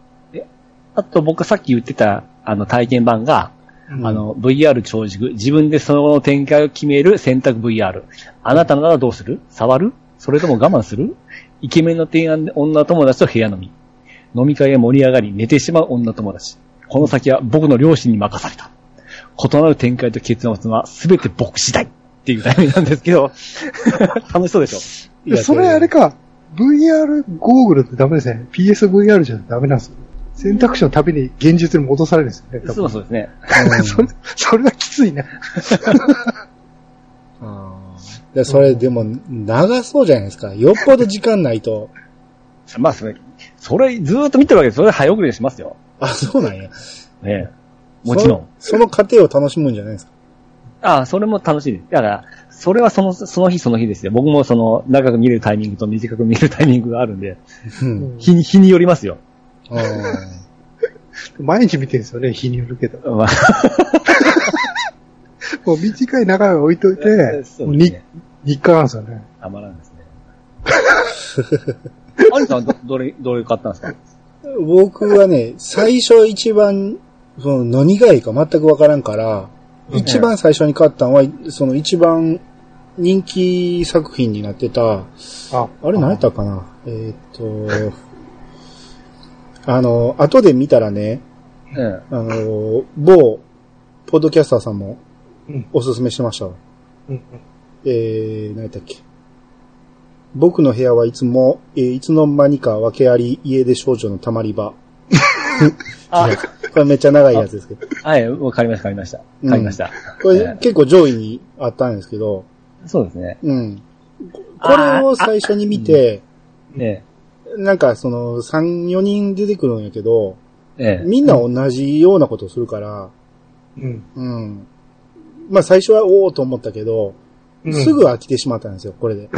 C: あと僕さっき言ってた、あの体験版が、
D: うん
C: あ、の、VR 超軸、自分でその後の展開を決める選択 VR。あなたならどうする触るそれとも我慢するイケメンの提案で女友達と部屋飲み。飲み会へ盛り上がり、寝てしまう女友達。この先は僕の両親に任された。異なる展開と結末は全て僕次第っていう題名なんですけど、 楽しそうでし
B: いや
D: それあれか、VR ゴーグルってダメですね。PSVR じゃダメなんですよ。選択肢のたびに現実に戻されるんですよね
C: ょ
D: 多
C: そう
D: 分。
C: そうですね。
D: それ、それはきついな。
B: あ。ああ。で、それでも、長そうじゃないですか。よっぽど時間ないと。
C: まあそれ、それずーっと見てるわけで、それ早送りしますよ。
B: あ、そうなんや。
C: ねえもちろん。
B: その。その過程を楽しむんじゃないですか。
C: ああ、それも楽しいです。だから、それはその、その日その日ですよ。僕もその、長く見るタイミングと短く見るタイミングがあるんで、
B: う。
D: うんん
C: 日に、日によりますよ。
B: ああ。
D: 毎日見てるんですよね、日によるけど。
C: まあ、
D: もう短い長いは置いといて、
C: そう
D: もう
C: です
D: 日
C: ね。
D: 日課なんですよね。
C: たまらんですね。 アリさんはど、どれ、どれ買ったんですか
B: 僕はね、最初一番、その何がいいか全くわからんから、
D: うん
B: 一番最初に買ったのは、その一番人気作品になってた、
D: あ、
B: あれ何やったかなえーっと、あの、後で見たらね、
C: うん。
B: あの、某、ポッドキャスターさんも
D: うん、
B: おすすめしてましたわ。
D: うんうん
B: えー、何やったっけ。僕の部屋はいつも、えーいつの間にか訳あり、家出少女のたまり 場。
C: あ、
B: これめっちゃ長いやつですけど。
C: はい、わかりました、わかりました。
B: うん
C: 買いました。
B: こ
C: え
B: れ結構上位にあったんですけど、
C: ーそうですね。
B: うん。これを最初に見て、
C: え
B: なんかその3、4人出てくるんやけど、
C: ええ
B: みんな同じようなことをするから、
D: うん。
B: うん。まあ最初はおおと思ったけど、
D: うん
B: すぐ飽きてしまったんですよ、これで。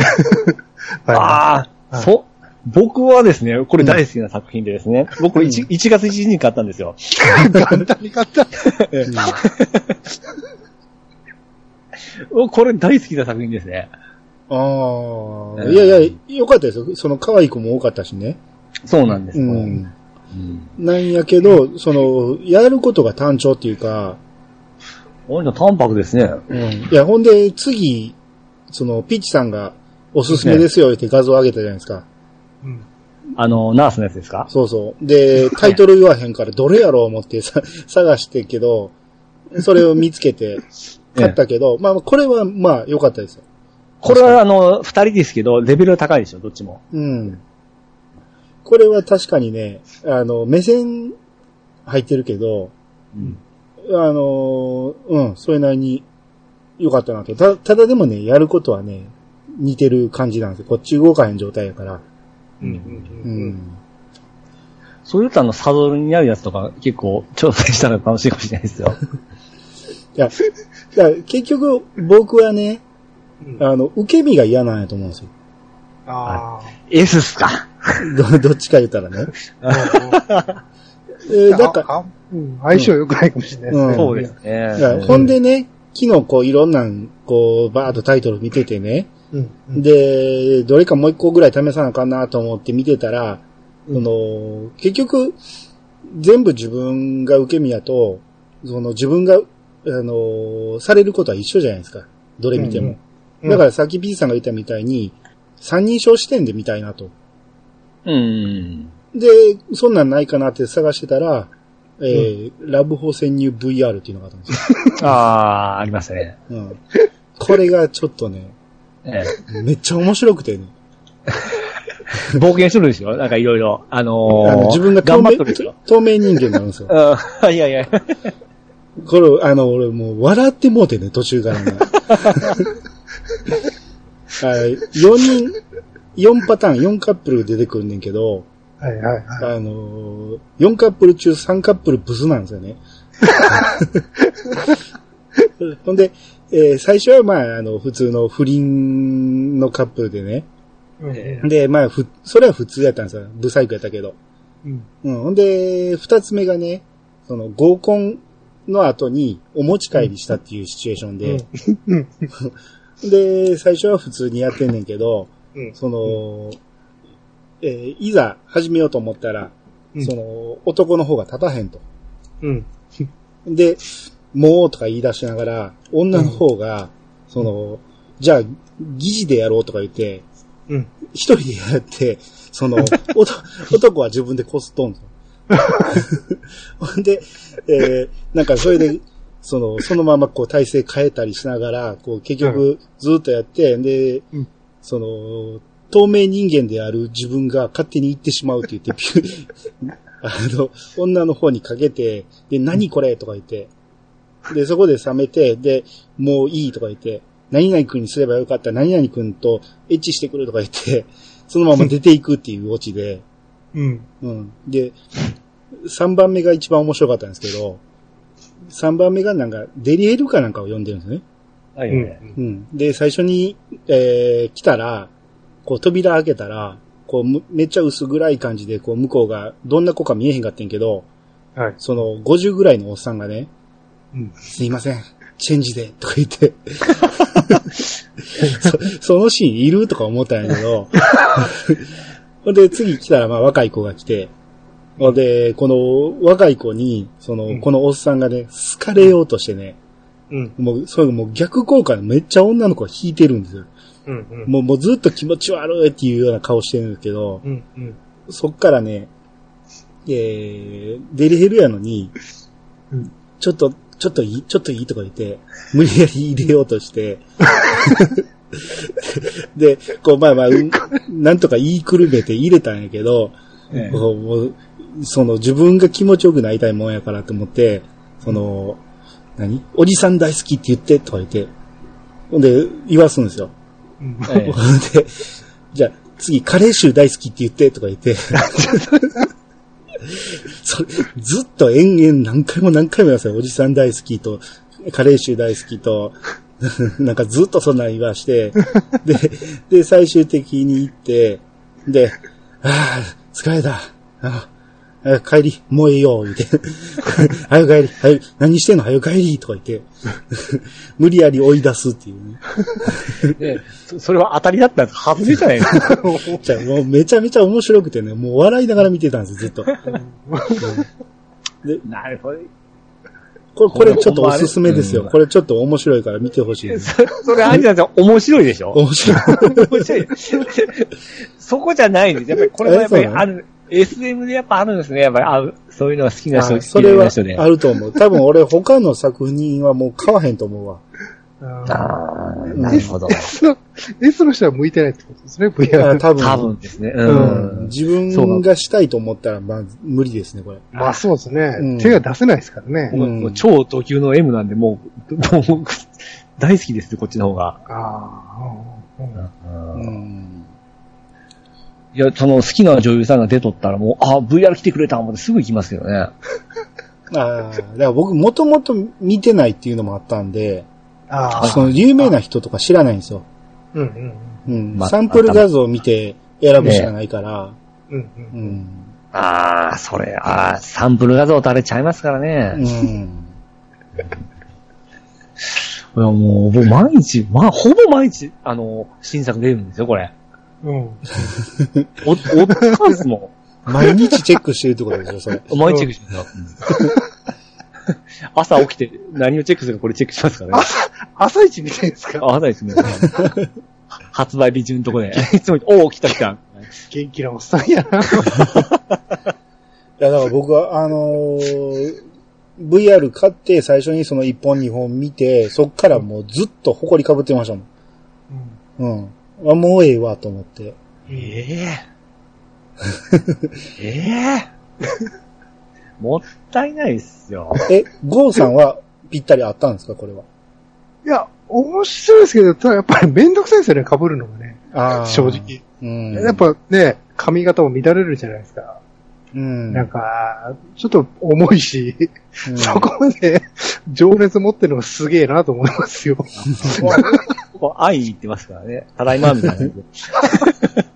D: はい
C: ああ、
D: はい
C: そ、僕はですね、これ大好きな作品でですね、僕 1, 1月1日に買ったんですよ。
D: 簡単に買った。
C: おこれ大好きな作品ですね。
B: ああ、
C: うん
B: いやいや、よかったですよ。その可愛い子も多かったしね。
C: そうなんです。
B: う
C: これ
B: ん。
C: うん。
B: なんやけど、その、やることが単調っていうか、
C: おいの淡白ですね。
B: うん。いや、ほんで、次、その、ピッチさんが、おすすめですよって画像上げたじゃないですか。
D: うん。
C: あの、ナースのやつですか
B: そうそう。で、タイトル言わへんから、どれやろう思ってさ探してんけど、それを見つけて、買ったけど、まあ、これは、まあ、良かったですよ。
C: これはあの、二人ですけど、レベルは高いでしょ、どっちも。
B: うん。これは確かにね、あの、目線入ってるけど、
C: うん。
B: あのーうん、それなりに良かったなと。た、ただでもね、やることはね、似てる感じなんですよ。こっち動かへん状態やから。
D: うん
B: う
D: うんうん。
B: ん。
C: そういうとあの、サドルになるやつとか結構挑戦したら楽しいかもしれないで すよ。
B: いや、だから結局、僕はね、
D: うん
B: あの、受け身が嫌なんやと思うんですよ。
D: あ
C: スっすか。
B: ど、 どっちか言ったらね。
D: あ。
B: えーだから、
D: ら、うん相性良くないかもしれないです
B: う
D: ね。
B: ん
C: そうです
B: いや
C: ね。
B: ほんでね、昨日こういろんなん、こう、バーっとタイトル見ててね、
D: うん。うん。
B: で、どれかもう一個ぐらい試さなあかんなと思って見てたら、その、結局、全部自分が受け身やと、その自分が、あの、されることは一緒じゃないですか。どれ見ても。
D: うん
B: だからさっき B さんが言ったみたいに、三人称視点で見たいなと。
C: うん。
B: で、そんなんないかなって探してたら、えーラブホ潜入 VR っていうのがあったんですよ。
C: ああ、ありましたね。
B: うん。 これがちょっとね、
C: ええ
B: めっちゃ面白くてね。
C: 冒険するでしょなんかいろいろ。あのー
B: あの自分が透
C: 頑張っ
B: 明
C: とるでしょ、
B: 透明人間になるんですよ。
C: うん いやいや。
B: これ、あの、俺もう笑ってもうてね、途中からね。はい、4人、4パターン、4カップル出てくんねんけど、
D: はいはい
B: あ
D: は
B: のー、4カップル中3カップルブスなんですよね。ほんで、えー最初はまあ、あの、普通の不倫のカップルでね。
D: いうん。
B: で、まあ、ふ、それは普通やったんですよ。ブサイクやったけど。
D: うん。
B: うん。ほんで、二つ目がね、その合コンの後にお持ち帰りしたっていうシチュエーションで、
D: うん。
B: で、最初は普通にやってんねんけど、
D: うん
B: その、えーいざ始めようと思ったら、
D: うん
B: その、男の方が立たへんと。
D: うん。
B: で、もうとか言い出しながら、女の方が、その、じゃあ、疑似でやろうとか言って、
D: うん。
B: 一人でやって、その、 おと男は自分でこすっとんの。 ほんで、えーなんかそれで、その、そのままこう体勢変えたりしながら、こう結局ずっとやって、で、
D: うん
B: その、透明人間である自分が勝手に行ってしまうって言って、 ピュあの、女の方にかけて、で、何これとか言って、で、そこで冷めて、で、もういいとか言って、何々君にすればよかった、何々君とエッチしてくるとか言って、 そのまま出ていくっていうオチで、
D: うん。
B: うん。で、3番目が一番面白かったんですけど、3番目がなんか、デリヘルかなんかを読んでるんですね。
C: は
D: う。
C: いはいはい。
B: うんん。で、最初に、えー、来たら、こう扉開けたら、こうむめっちゃ薄暗い感じで、こう向こうがどんな子か見えへんかってんけど、
D: はい。
B: その、50ぐらいのおっさんがね、
D: うん。
B: すいません、チェンジで、とか言って。 そそのシーンいるとか思ったんやけど。ほんで、次来たら、まあ、若い子が来て。ほんで、この若い子に、その、
D: うん
B: このおっさんがね、好かれようとしてね、
D: うん。
B: もう、そういう、もう逆効果でめっちゃ女の子が引いてるんですよ。
D: うん。うん。
B: もう、もうずっと気持ち悪いっていうような顔してるんですけど、
D: うん。うん。
B: そっからね、えー、デリヘルやのに、
D: うん
B: ちょっと、ちょっといい、ちょっといいとか言って、無理やり入れようとして、で、こう、まあまあ、うんなんとか言いくるめて入れたんやけど、
C: ええ
B: こうもうその自分が気持ちよくなりたいもんやからと思って、その、何おじさん大好きって言って、とか言って、ほんで、言わすんですよ。
D: うん。
C: ええ
B: ほんで、じゃあ、次、カレー臭大好きって言って、とか言って。 それずっと延々何回も何回も言わせるおじさん大好きと、カレー臭大好きと、 なんかずっとそんなん言わして、で、で、最終的に行って、で、ああ、疲れた。ああ帰り、もうええよ、言うて。 早く帰り、早く、何してんの早く帰り、とか言って。 無理やり追い出すっていうね。
C: でそそれは当たりだったんですか外れじゃないです か。
B: じゃあもうめちゃめちゃ面白くてね、もう笑いながら見てたんですよ、ずっと。
C: なるほど。
B: これ、これちょっとおすすめですよ。
C: うん
B: これちょっと面白いから見てほしいです。
C: そそれ、アンジュさん、面白いでしょ
B: 面白い。
C: 面白い。 そこじゃないんです。やっぱりこれはやっぱり
B: えそう
C: ある、SM でやっぱあるんですね。やっぱりある、そういうのが好きな人、
B: あ
C: 好
B: そ
C: き
B: れ
C: な
B: は
C: 人で。
B: あると思う。多分俺他の作品はもう買わへんと思うわ。
D: あ
C: あーなるほど。
D: S の、S の人は向いてないってことですね、
B: あ
D: VR。
B: 多分
C: 多分ですね。う
B: うん
C: ん。
B: 自分がしたいと思ったら、まあ、無理ですね、これ。
D: まあそうですね、
B: うん
D: 手が出せないですからね。
C: もうもう超途級の M なんで、もう、もう、大好きです、こっちの方が。
D: ああ、うんうん
B: うん。
C: いや、その好きな女優さんが出とったらもう、あ、VR 来てくれた思ってすぐ行きますけどね。
B: ああ、だから僕もともと見てないっていうのもあったんで、
D: ああ、
B: その有名な人とか知らないんですよ。
D: うんうん
B: うん。
C: ま
B: サンプル画像を見て選ぶしかないから、
D: うん。うん
B: うん。
C: ああ、それ、ああ、サンプル画像垂れちゃいますから
B: う
C: ね。
B: ん。
C: いや、もう、僕毎日、まあ、ほぼ毎日、あの、新作出るんですよ、これ。
D: うん。うん
C: お、おっかんです も
B: 毎日チェックしてるってことでしょ、それ。
C: ん。毎日チェックし ますよ。朝起きて、何をチェックするかこれチェックしますからね。
D: 朝一見てるんですか
C: あ、朝ですね。 発売日順のとこで。いつも、おお、来た来た。
D: 元気なおっさんやな。
B: いや、だから僕は、あのー VR 買って最初にその1本2本見て、そっからもうずっと埃かぶってましたもん。うん。あ、もうええわ、と思って。
C: ええええ もったいないっす よ。
B: え、ゴーさんはぴったりあったんですか、これは。
D: いや、面白いですけど、ただやっぱりめんどくさいですよね、被るのがね。
B: あー
D: 正直。
B: うん。
D: やっ、ぱね、髪型も乱れるじゃないですか。
B: うん。
D: なんか、ちょっと重いし、
B: うん
D: そこまで 情熱持ってるのがすげえなと思いますよ。
C: こう愛に行ってますからね。ただいま、みたいな感じで。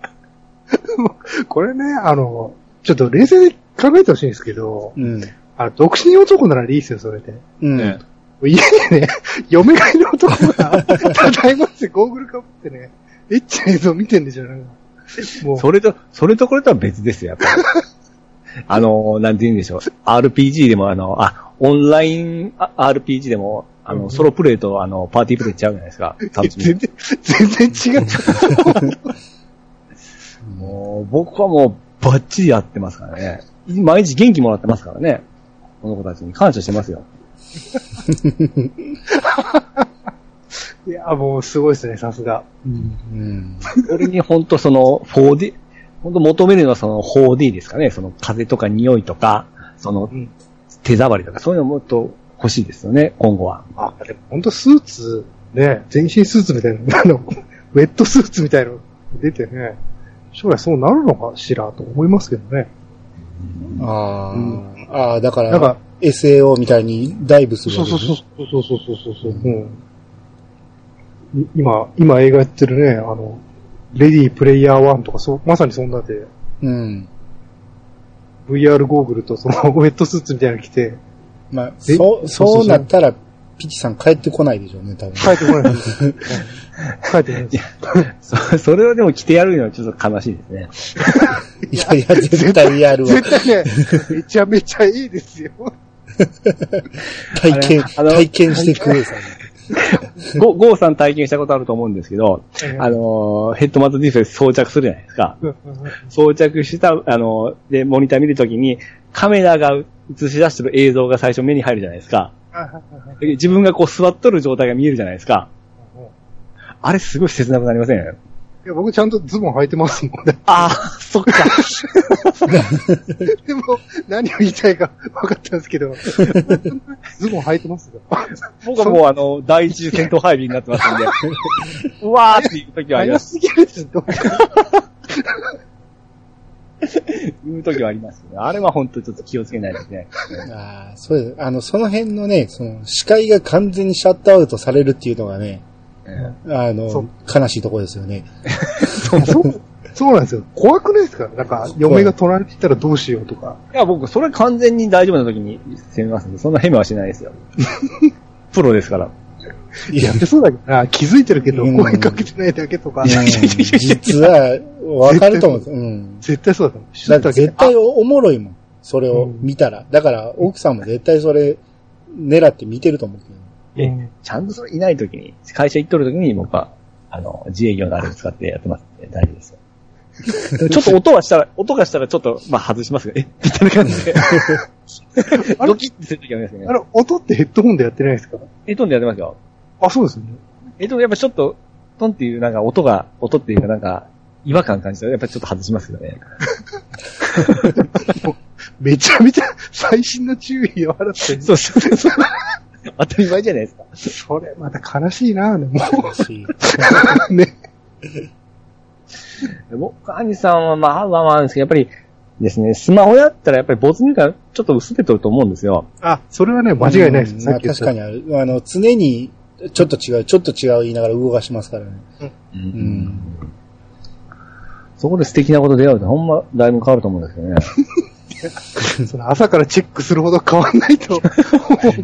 D: これね、あの、ちょっと冷静に考えてほしいんですけど、
B: うん。
D: あの、独身男ならいいですよ、それで。
B: うん。
C: ね
D: 家でね、 嫁がいる男が、 ただいまってゴーグルかぶってね、エッチな映像見てんでしょ、なんか。もう、
C: それと、それとこれとは別ですよ、やっぱ り。あの、なんて言うんでしょう。RPG でも、あの、あ、オンラインあ RPG でも、あ
D: うん
C: の、ソロプレイと、あの、パーティープレイちゃうじゃないですか。楽しみ
D: 全然、全然違う。
C: もう、僕はもう、バッチリやってますからね。毎日元気もらってますからね。この子たちに感謝してますよ。
D: いや、もうすごいですね、さすが。
B: うん。
C: 俺に本当その 4D、本当求めるのはその 4D ですかね。その風とか匂いとか、その
D: うん
C: 手触りとか、そういうのもっと欲しいですよね、今後は。
D: あ、でも本当スーツ、ね、全身スーツみたいな、あの、ウェットスーツみたいなの出てね、将来そうなるのかしらと思いますけどね。
B: あー、
D: うん
B: あー、だから、
D: なんか
B: SAO みたいにダイブする
D: そ
B: わ
D: う
B: けで
D: そう
B: す
D: そう
B: ね
D: そうそうそうそうそう、うんい今、今映画やってるね、あの、レディープレイヤー1とかそう、まさにそんなで、
B: うん。
D: VR ゴーグルとその ウェットスーツみたいなの着て、
B: まあ、そう、そうなったら、ピチさん帰ってこないでしょうね、多分。
D: 帰ってこないです。ね帰ってこないです。
C: そ それをでも着てやるのはちょっと悲しいですね。
B: いやいや、絶対やるわ。
D: 絶対ね、めちゃめちゃいいですよ。
B: 体験、
C: あの
B: 体験してくれさ。
C: ゴゴーさん体験したことあると思うんですけど、あ
D: の、
C: のー、ヘッドマウントディスプレイ装着するじゃないですか。装着した、あのー、で、モニター見るときに、カメラが映し出してる映像が最初目に入るじゃないですか。で自分がこう座っとる状態が見えるじゃないですか。あれすごい切なくなりません
D: いや僕ちゃんとズボン履いてますもんね。
C: ああ、そっか。
D: でも、何を言いたいか分かったんですけど、 ズボン履いてますよ。
C: 僕はもうあの、第一次戦闘配備になってますん で。うわーっていう時はありま
D: 早
C: す。
D: すぎるですよ。
C: いう時はあります、ね。あれは本当ちょっと気をつけないといけない。
B: ああ、そうです。あの、その辺のね、その、視界が完全にシャットアウトされるっていうのがね、あ
D: そ
B: の
D: う、
B: 悲しいところですよね。
D: そうそうなんですよ。怖くないですかなんか、嫁が取られてきたらどうしようとか。
C: いや、僕、それ完全に大丈夫な時に攻めますんで、そんなヘマはしないです よ。プロですから。
B: いや、
D: でそうだけどな、気づいてるけど、
B: うん
D: 声かけてないだけとか
B: うん、 実は、わかると思うんです。うん。
D: 絶対そうだと思う。知
B: だ
D: っ
B: ってて
D: わけ
B: 絶対おもろいもん。それを見たら。だから、奥さんも絶対それ、狙って見てると思うけど。
C: えちゃんとそれいない時に、会社行っとる時に僕は、あの、自営業のあれを使ってやってますんで、大丈夫です よ。ちょっと音はしたら、音がしたらちょっと、まあ外しますけど、えみたいな感じで。
D: あれ
C: ドキッてする時ありますよね
D: あ。れ、音ってヘッドホンでやってないですか
C: えっとんでやってますよ。
D: あ、そうですね。
C: えっと、やっぱちょっと、トンっていうなんか音が、音っていうかなんか、違和感感じたら、やっぱちょっと外しますけどね。
D: めちゃめちゃ最新の注意を払ってる。
C: そうそうそう。 当たり前じゃないですか。
D: それまた悲しいなでも
B: し
D: うね。
C: 僕、アニさんはまあ、まあまあですけど、やっぱりですね、スマホやったらやっぱり没入感ちょっと薄れとると思うんですよ。
D: あ、それはね、間違いないです。
B: うん
D: さ
B: ま
D: っ
B: あ
D: き言っ
B: 確
D: た
B: かにある。あの、常に、ちょっと違う、ちょっと違う言いながら動かしますからね。
C: う。
B: うんん。
C: そこで素敵なこと出会うと、ほんま、だいぶ変わると思うんですけどね。
D: その朝からチェックするほど変わんないと 思う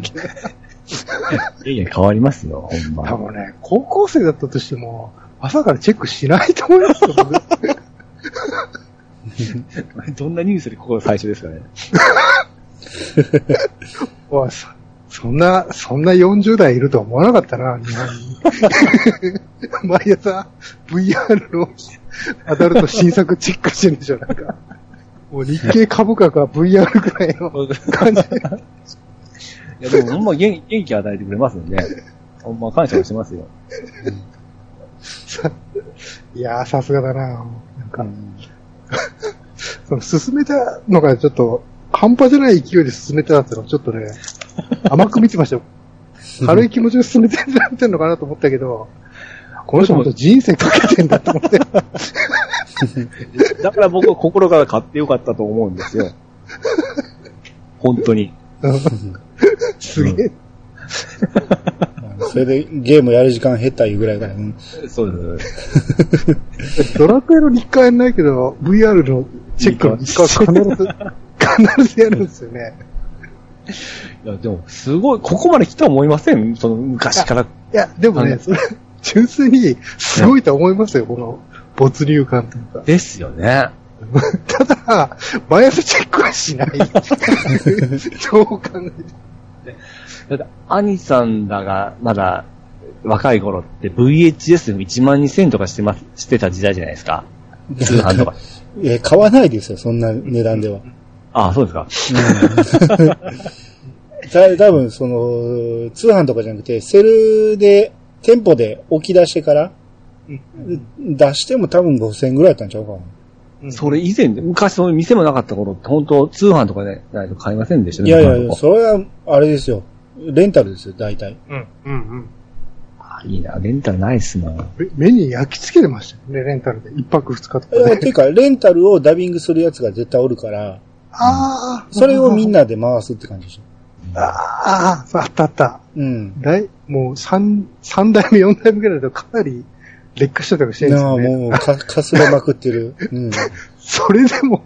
D: けど。
C: いやいや、変わりますよ、ほん
D: 多
C: ま。
D: 分ね、高校生だったとしても、朝からチェックしないと思いますよ。 僕
C: どんなニュースでここが最初ですかね。
D: おいそそんな、そんな40代いるとは思わなかったな、日 本に。毎朝、VR のアダルト新作チェックしてるんでしょ、なんか。もう日経株価が VR ぐらいの感じ。
C: いや、でもほんま元気元気与えてくれます んで、ほんま感謝してますよ。
D: いやー、さすがだななんか、 その進めたのがちょっと、半端じゃない勢いで進めてたっていうのはちょっと ね、甘く見てましたよ。軽い気持ちで進めてんなってんのかなと思ったけど、この人本当人生かけてんだと思っ て。
C: だから僕は心から買ってよかったと思うんです よ。本当に。
D: すげえ。
B: まあそれでゲームやる時間減ったいうぐらいから、うん
C: そうです。
D: ドラクエの日課やんないけど、VR のチェックの日課は必ず、必ずやるんですよね。
C: いや、でも、すごい、ここまで来たと思いませんその、昔から。
D: いや、でも
C: あ
D: ね、
C: の
D: それ、純粋に、すごいとは思いますよ、この、没入感というか。
C: ですよね。
D: ただ、毎朝チェックは しない。どう考えて
C: だって、兄さんらが、まだ、若い頃って VHS でも1万2000とかしてます、してた時代じゃないですか。 通販とか。
B: えー買わないですよ、そんな値段では。
C: ああ、そうですか。
B: だ多分その、通販とかじゃなくて、セルで、店舗で置き出してから、出しても多分5000円ぐらいやったんちゃうかな。
D: る
C: それ以前で、昔その店もなかった頃って、本当通販とかでないと買いませんでしたね。
B: いやいや
C: 僕
B: い
C: の
B: や、
C: とこ
B: それは、あれですよ。レンタルですよ、大体。
D: うん、うん、うん。
C: あいいな、レンタルないっすな。
D: 目目に焼き付けてましたよね、レンタルで。一泊二日と
B: えー
D: かで。
B: ていうか、レンタルをダビングするやつが絶対おるから、
D: ああ、
B: それをみん
D: な。
B: なで回すって感じでしょ。
D: ああ、そうあったあった。
B: うん。
D: だいもう三、三代目、四代目ぐらいだとかなり劣化したりとかしてるんです
B: なあ、
D: よね。
B: もう、か、かすれまくってる。うん。
D: それでも、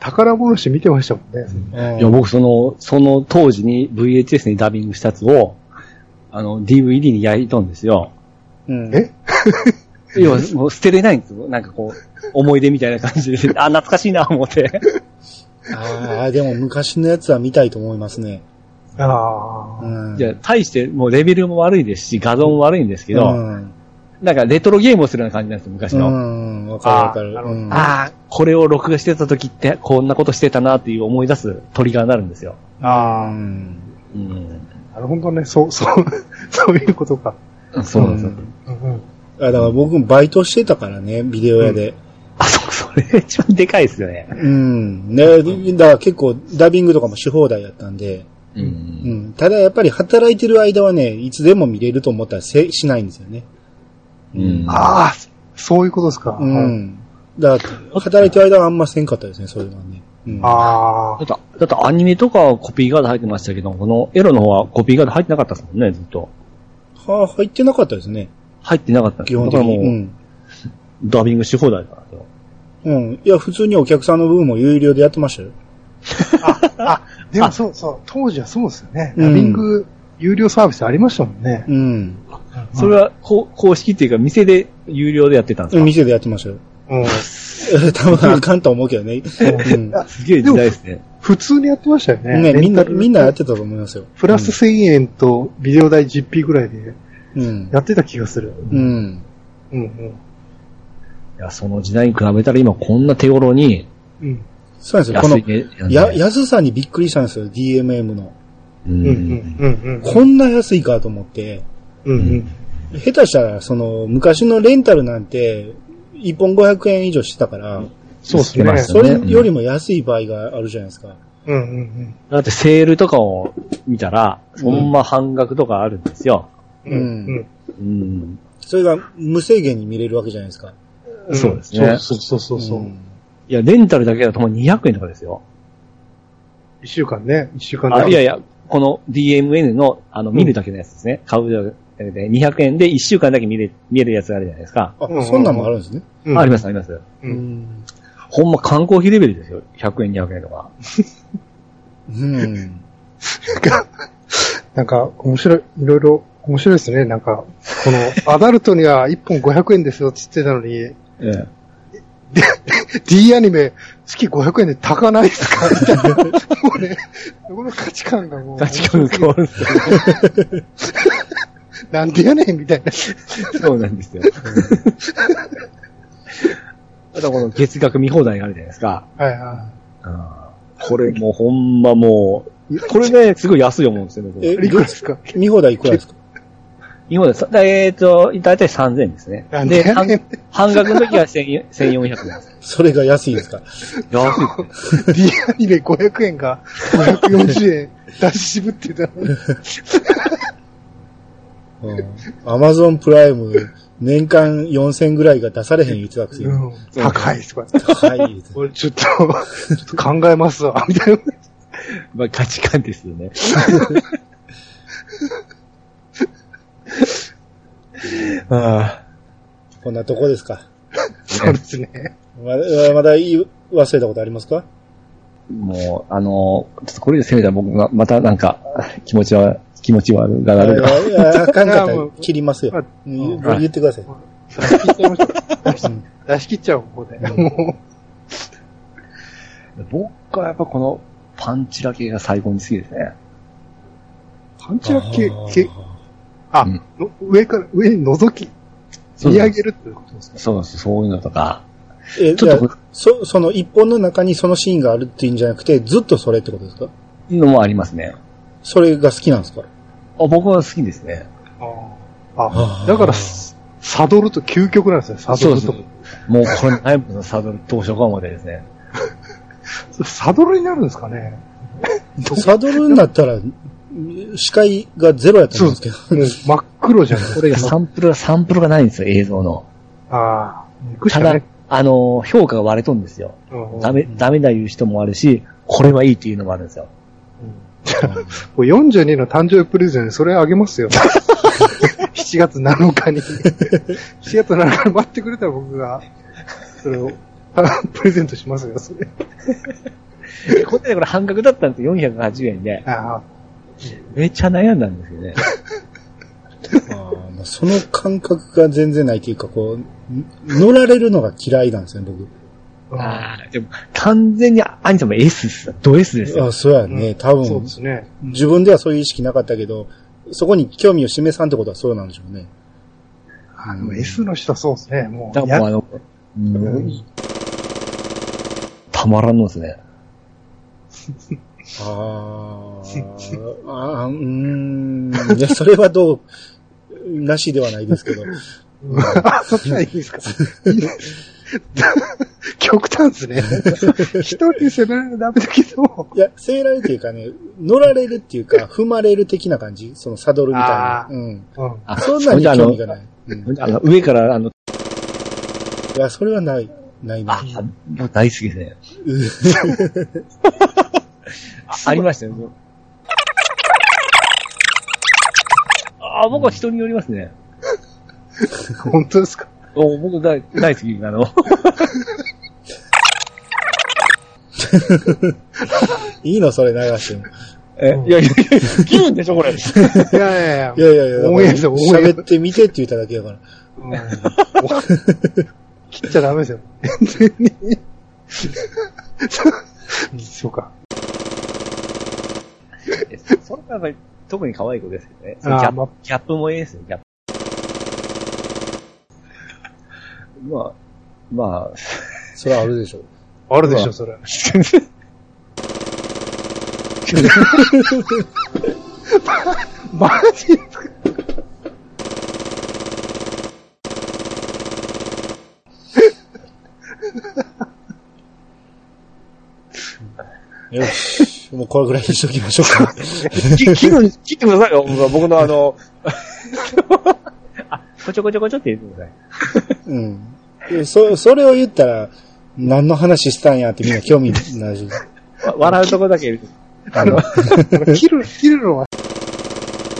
D: 宝物誌見てましたもんね。
B: うん
C: いや、僕その、その当時に VHS にダビングしたやつを、あの、DVD に焼いたんですよ。
B: うん
D: え
C: 要は、もう捨てれないんですよ。なんかこう、思い出みたいな感じで。あ、懐かしいな、思って。
B: ああ、でも昔のやつは見たいと思いますね。
D: ああ。
B: うん。
C: いや、大して、もうレベルも悪いですし、画像も悪いんですけど、
B: うん。
C: なんかレトロゲームをするような感じなんですよ、昔
B: う
C: の。
B: ん、わかるわか
D: あーな
B: る。
D: るほど
B: うん
C: ああ、これを録画してた時って、こんなことしてたなっていう思い出すトリガーになるんですよ。
B: う
D: あ
B: ん
C: うん。
D: あ。なるほどね。そう、 そう、そういうことか。
C: そうなんですよ。
B: ん
D: うんうん。
B: あだから僕もバイトしてたからね、ビデオ屋で。
C: あ、そ、それ一番でかいですよね。
B: うん。ね、だから結構ダビングとかもし放題やったんで。
C: う。
B: うんん。ただやっぱり働いてる間はね、いつでも見れると思ったらせしないんですよね。
C: うん。
D: ああ、そういうことですか。
B: う
D: はい
B: ん。だから、働いてる間はあんませんかったですね、それはね。うん。
D: あ
C: だって、だってアニメとかはコピーガード入ってましたけど、このエロの方はコピーガード入ってなかったですもんね、ずっと。
B: は入ってなかったですね、
C: 入ってなかったんです
B: 基
C: よ
B: 本
C: だ
B: 的
C: からも
B: に。
C: う、
B: うん。
C: ダビングし放題だから
B: うん。いや、普通にお客さんの分も有料でやってましたよ。
D: あ。 あ、でもそうそう、当時はそうですよね。
B: うん
D: ダビング有料サービスありましたもんね。
B: うん。
C: それは、こう公式っていうか、店で有料でやってたんですか、
B: 店でやってましたよ。
D: うん。
B: え多分あかんと思うけどね。うん
D: あ
C: すげえ時代ですね。
D: 普通にやってましたよね。
B: ね、
D: レ
B: みん
D: ンタ
B: な、
D: ル
B: みんなやってたと思いますよ。
D: プラス1000円とビデオ代 10P ぐらいで
B: うん。
D: やってた気がする。
B: うん。
D: うんうん。
C: いや、その時代に比べたら今こんな手頃に、
D: うん。
B: そうなんですよ。こ
C: 安い
B: の、
C: ね。
B: や、安さにびっくりしたんですよ、DMM の。
C: う
D: うんんうん。うんうん。
B: こんな安いかと思って。
D: うんうん。
B: 下手したら、その、昔のレンタルなんて、1本500円以上してたから、
D: そうですね。
B: それよりも安い場合があるじゃないですか。
D: うんうん
C: だってセールとかを見たら、ほんま半額とかあるんですよ。
D: うん。
C: う
D: うん
C: ん。
B: それが無制限に見れるわけじゃないですか。
D: うん。
C: そうですね
D: そうそうそうそう。
B: ん
C: いや、レンタルだけだともう200円とかですよ。
D: 一週間ね。一週間
C: あいやいや、この DMN の、あの、見るだけのやつですね。買うだけで、200円で1週間だけ見れ、見えるやつがあるじゃないですか。
B: あ
D: うんうんう、ん
B: そんなんもあるんですね。
D: うん
C: あります、あります。
D: う。
B: うんん。
C: ほんま観光費レベルですよ。100円、200円とか。
B: うん。
D: なんか、面白い、いろいろ面白いですね。なんか、この、アダルトには1本500円ですよって言ってたのに、
C: ええ。
D: D アニメ、月500円で高ないですかみたいな。もうね、この価値観がもう、
C: 価値観が変わるんですよ。
D: なんでやねんみたいな。
C: そうなんですよ。あとこの月額見放題があるじゃないですか。
D: はいは
C: これもうほんまもう、これね、すごい安い思うんですよね、僕
B: え
D: い。いくらですか
B: 見放題いくらですか
C: 今までさ、だえっ、と、だいたい3000円ですね。
D: なんで
C: で、半半額の時は1000 1400円です。
B: それが安いですか。
C: 安いですね。
D: ?D アニメ500円が540円出し渋ってたのに。
B: アマゾンプライム、年間4000ぐらいが出されへん言ってたくせに。
D: うん高いですか
B: はい。
D: 俺ちょっと、ちょっと考えますわ、みたいな。
C: まあ価値観ですよね。 あ
B: こんなとこですか。
D: そうですね。
B: まだ、まだ言い忘れたことありますか
C: あ、もう、あの、ちょっとこれで攻めたら僕がまたなんか気持ちは、気持ちはが
B: あ
C: なるが。
B: いやいやあかんかった
D: いやも
B: ら
D: う
B: 切りますよ
D: まあ。
B: うん
C: はい
B: 言ってください。
D: 出し切っちゃいましょう。出し切っちゃおう、ここで。も
C: 僕はやっぱこのパンチラ系が最高に好きですね。
D: う、パンチラ系
B: あ、ー
D: けあ、
C: うん
D: の上から、上に覗き、見上げるってことですか
C: そうです、そういうのとか。
B: え、
C: ち
B: じ
C: ょ
B: ゃ
C: っと
B: あそ、その一本の中にそのシーンがあるっていうんじゃなくて、ずっとそれってことですか
C: のもありますね。
B: それが好きなんですか
C: あ僕は好きですね。
D: あ
B: あー
D: だから、ササドルと究極なんですね、サドルと。
C: もうこれ、内部のサドル、当初かまでですね。
D: それサドルになるんですかね
B: サドルになったら、視界がゼロやったんですけど。
D: 真っ黒じゃん。
C: これがサンプルが、サンプルがないんですよ、映像の。
D: ああ、行くしたかな
C: だ
D: い。、
C: あの、評価が割れとんですよ。
D: うん
C: ダメ、ダメだ言う人もあるし、これはいいっていうのもあるんです よ。
D: これ42の誕生日プレゼントでそれあげますよ。 7月7日に、7月7日に待ってくれたら僕が、それを、 あプレゼントしますよ、それ。
C: こっちでこれ半額だったんですよ、480円で。
D: ああ、
C: めっちゃ悩んだんですよね。
B: あーその感覚が全然ないというか、こう、乗られるのが嫌いなんですね、僕。
D: あ
C: ああ、でも完全にアニさんも S です。ド S ですよ。
B: あそうや
D: あ
B: ね。多
D: そう
B: 分
D: で、すね。
B: 自分ではそういう意識なかったけど、そこに興味を示さんってことはそうなんでしょうね。
D: あの、S の人はそうですね。もう、
C: だからもうあの、う
D: うん
C: んたまらんのですね。
B: あーあー、うーん。いや、それはどう、なしではないですけど。
D: うんあ、そっちはいいんですか。いいね 極端ですね。一人で攻められるのダメだけど。
B: いや、せいられっていうかね、乗られるっていうか、踏まれる的な感じそのサドルみたいな
D: あ。ー
B: うん。
D: うん
C: あ
B: そんなに
C: あ
B: 興
C: の
B: 味、がない。うん
C: あの上から、あの、
B: いや、それはない、ないな
C: あ、もう大好きです ね。あありましたよ。あ、僕は人によりますね。
D: 本当ですか
C: お僕大大好き、あの、
B: いいのそれ流しても。
C: え、い やいやいや、切るんでしょ、これ。
D: いやいやいや
B: い。やいやいや、
D: 応援です応援
B: 喋ってみてって言っただけだから。
D: うん切っちゃダメですよ。そう そうか。
C: それはやっぱり特に可愛い子ですけどね。ギ
D: あー
C: ャ
D: ま
C: ッ
D: あ
C: プギャップもいいですよ、ギャップ。まあ、まあ、
B: それはあるでしょ。
D: あるでしょ、それ。 マジですか
B: よし。もうこれぐらいにしときましょうか。
C: き切る、切ってくださいよ、僕のあの、あ、こちょこちょこちょって言ってください。
B: うん。でそ、それを言ったら、何の話したんやってみんな興味ない
C: わ笑うとこだけ。
B: あの、
D: 切る、切るのは、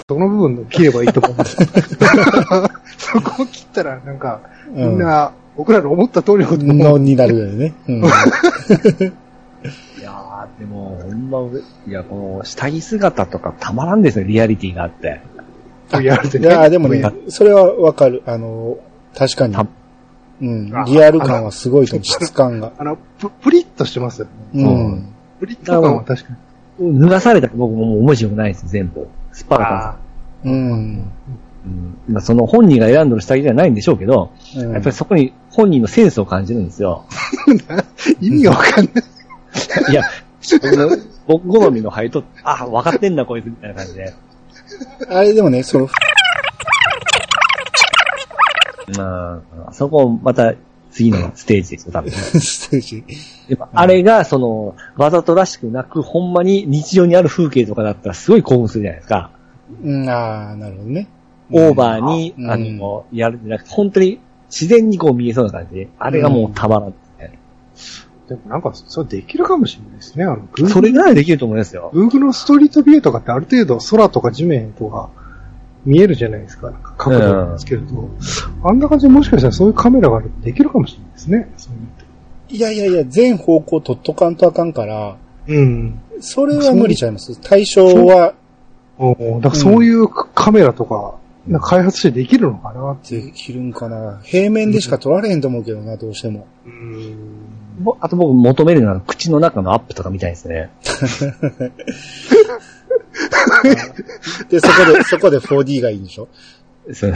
D: どの部分を切ればいいと思うんですかそこを切ったら、なんか、みんな、僕らの思った通りのことを
B: のになるよね。うん。
C: いやー、でも、ほんま、いや、この、下着姿とかたまらんですね、リアリティがあって。
D: やるで
B: い
D: ね。
B: やーでもね、それはわかる。あの、確かに
C: た。
B: うん
D: あ。
B: リアル感はすごいと思う。質感が。
D: あの、ププリッとしてますよね。
B: うん。
D: プリッと感は確かに。
C: 脱がされたら僕ももう面白くないです、全部。スパラ
D: あ
C: か
D: あ
B: うん。
C: うん。まあ、その本人が選んどる下着じゃないんでしょうけど、
B: うん
C: やっぱりそこに本人のセンスを感じるんですよ。
D: 意味がわかんない。
C: いや、僕の僕好みの配と、あ、分かってんな、こいつ、みたいな感じで。
B: あれでもね、そ の、
C: まあ、そこをまた次のステージですよ、多分。
B: ステージ。
C: やっぱあれが、その、わざとらしくなく、ほんまに日常にある風景とかだったらすごい興奮するじゃないですか。
B: うん、ああ、なるほどね。
C: オーバーに、
B: うん
C: あの、やるんじゃなくて、本当に自然にこう見えそうな感じ。あれがもうたまらん。
D: でもなんか、それできるかもしれないですね。あの、グー
C: それならできると思いますよ。
D: Google のストリートビューとかってある程度空とか地面とか見えるじゃないですか。なんか角度をつけると。あんな感じでもしかしたらそういうカメラがあるとできるかもしれないですね。そういうのって
B: いやいやいや、全方向取っとかんとあかんから、
D: うん。
B: それは無理ちゃいます。対象は、
D: おーだからそういうカメラとか、なんか開発してできるのかなっていう。
B: できるんかな。平面でしか撮られへんと思うけどな、どうしても。
D: うん。
C: ぼあと僕求めるのは口の中のアップとかみたいですね。
B: で、そ こで、そこで 4D がいいんでしょ
C: そう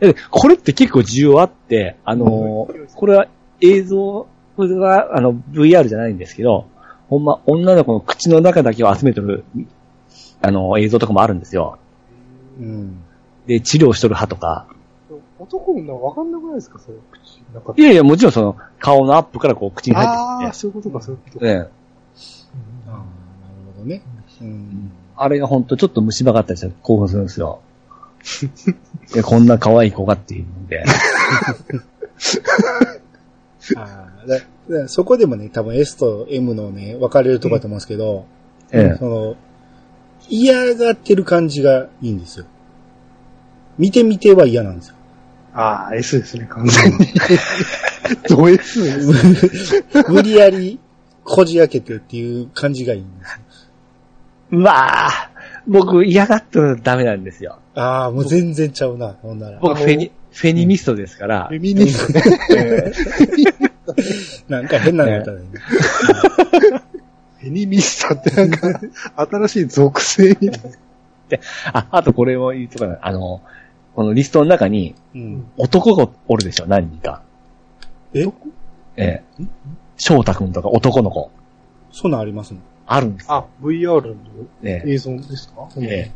C: えこれって結構需要あって、あの、これは映像が、あの、VR じゃないんですけど、ほんま、女の子の口の中だけを集めてる、あの、映像とかもあるんですよ。
B: うん。
C: で、治療しとる歯とか。
D: 男女わかんなくないですかそれ口の中
C: いやいや、もちろんその、顔のアップからこう、口に入
D: あ
C: っ
D: あ、
C: て
D: そういうことか、そういうこと
C: きて。
D: か。
C: ね、
B: ああ、なるほどね。うん。
C: あれがほんとちょっと虫歯があったりしたら興奮するんですよ。 いやこんな可愛い子がっていうので。
B: ああ、だだそこでもね、多分 S と M のね、分かれるとこだと思うんですけど、
C: ええ
B: その、嫌がってる感じがいいんですよ。見てみては嫌なん ですよ。
D: ああ、S ですね、完全に。ド S ですね。
B: 無理やりこじ開けてっていう感じがいいんですよ。
C: まあ、僕嫌がったらダメなんですよ。
B: ああ、もう全然ちゃうな、ほんなら。
C: 僕フェニ、フェニミストですから
D: フ、ェミニストね。
B: なんか変なのやったらいいね
D: フェニミストってなん か、新しい属性みたいな。
C: あ、あとこれも言うとかな、あの、このリストの中に
B: うん。
C: 男がおるでしょ、何人か。
B: え
C: ええ。翔太くんとか男の子。
B: そんなんありますね。
C: あるんです
D: あ、VR の
C: ね。
D: 映像ですか
C: ええ
D: うん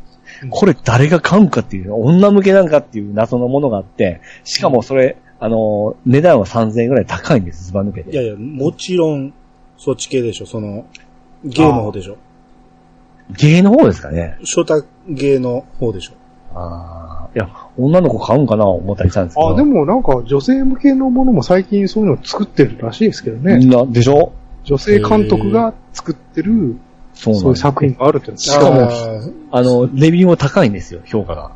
C: これ誰が買うんかっていう、女向けなんかっていう謎のものがあって、しかもそれ、あの、値段は3000円ぐらい高いんです、ズバ抜け
B: いや
C: て。
B: いや、もちろん、そっち系でしょ、その、ゲーの方でしょ。
C: 芸の方ですかね。
B: ショタゲーの方でしょ。
C: ああ。いや、女の子買うんかな思ったりしたんですけど。
D: あ、でもなんか女性向けのものも最近そういうの作ってるらしいですけどね。
C: な、でしょ
D: 女性監督が作ってる、
C: そうなん
D: そういう
C: です。
D: 作品があるってのは
C: しかも
B: あー
C: あの、レビューも高いんですよ、評価が。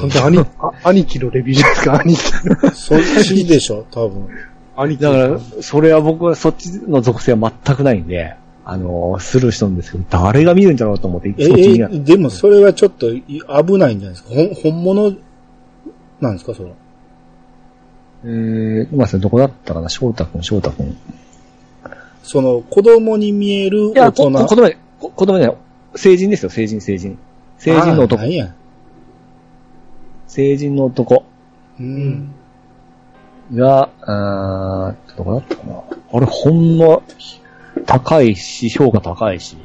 D: 完全に兄、あ兄貴のレビューじゃないですか、兄貴。
B: そっちでしょ、多 分。
D: 兄貴
C: だから、それは僕はそっちの属性は全くないんで、あの、スルーしたんですけど、誰が見るんだろうと思って、い
B: え、
C: つも気になる。
B: え、でもそれはちょっとい危ないんじゃないですか。ほん、本物なんですか、それは。
C: えー、今さんどこだったかな翔太くん、翔太くん。
B: その、子供に見える
C: いや、
B: 大
C: こ、
B: 人。
C: こ、子供ね、こ子供ね、成人ですよ、成人、成人。成人の
B: あーな
C: 男。
B: んや。
C: 成人の男
B: うん。
C: が、あーどこだったかな。あれ、ほんま、高いし、評価高いし、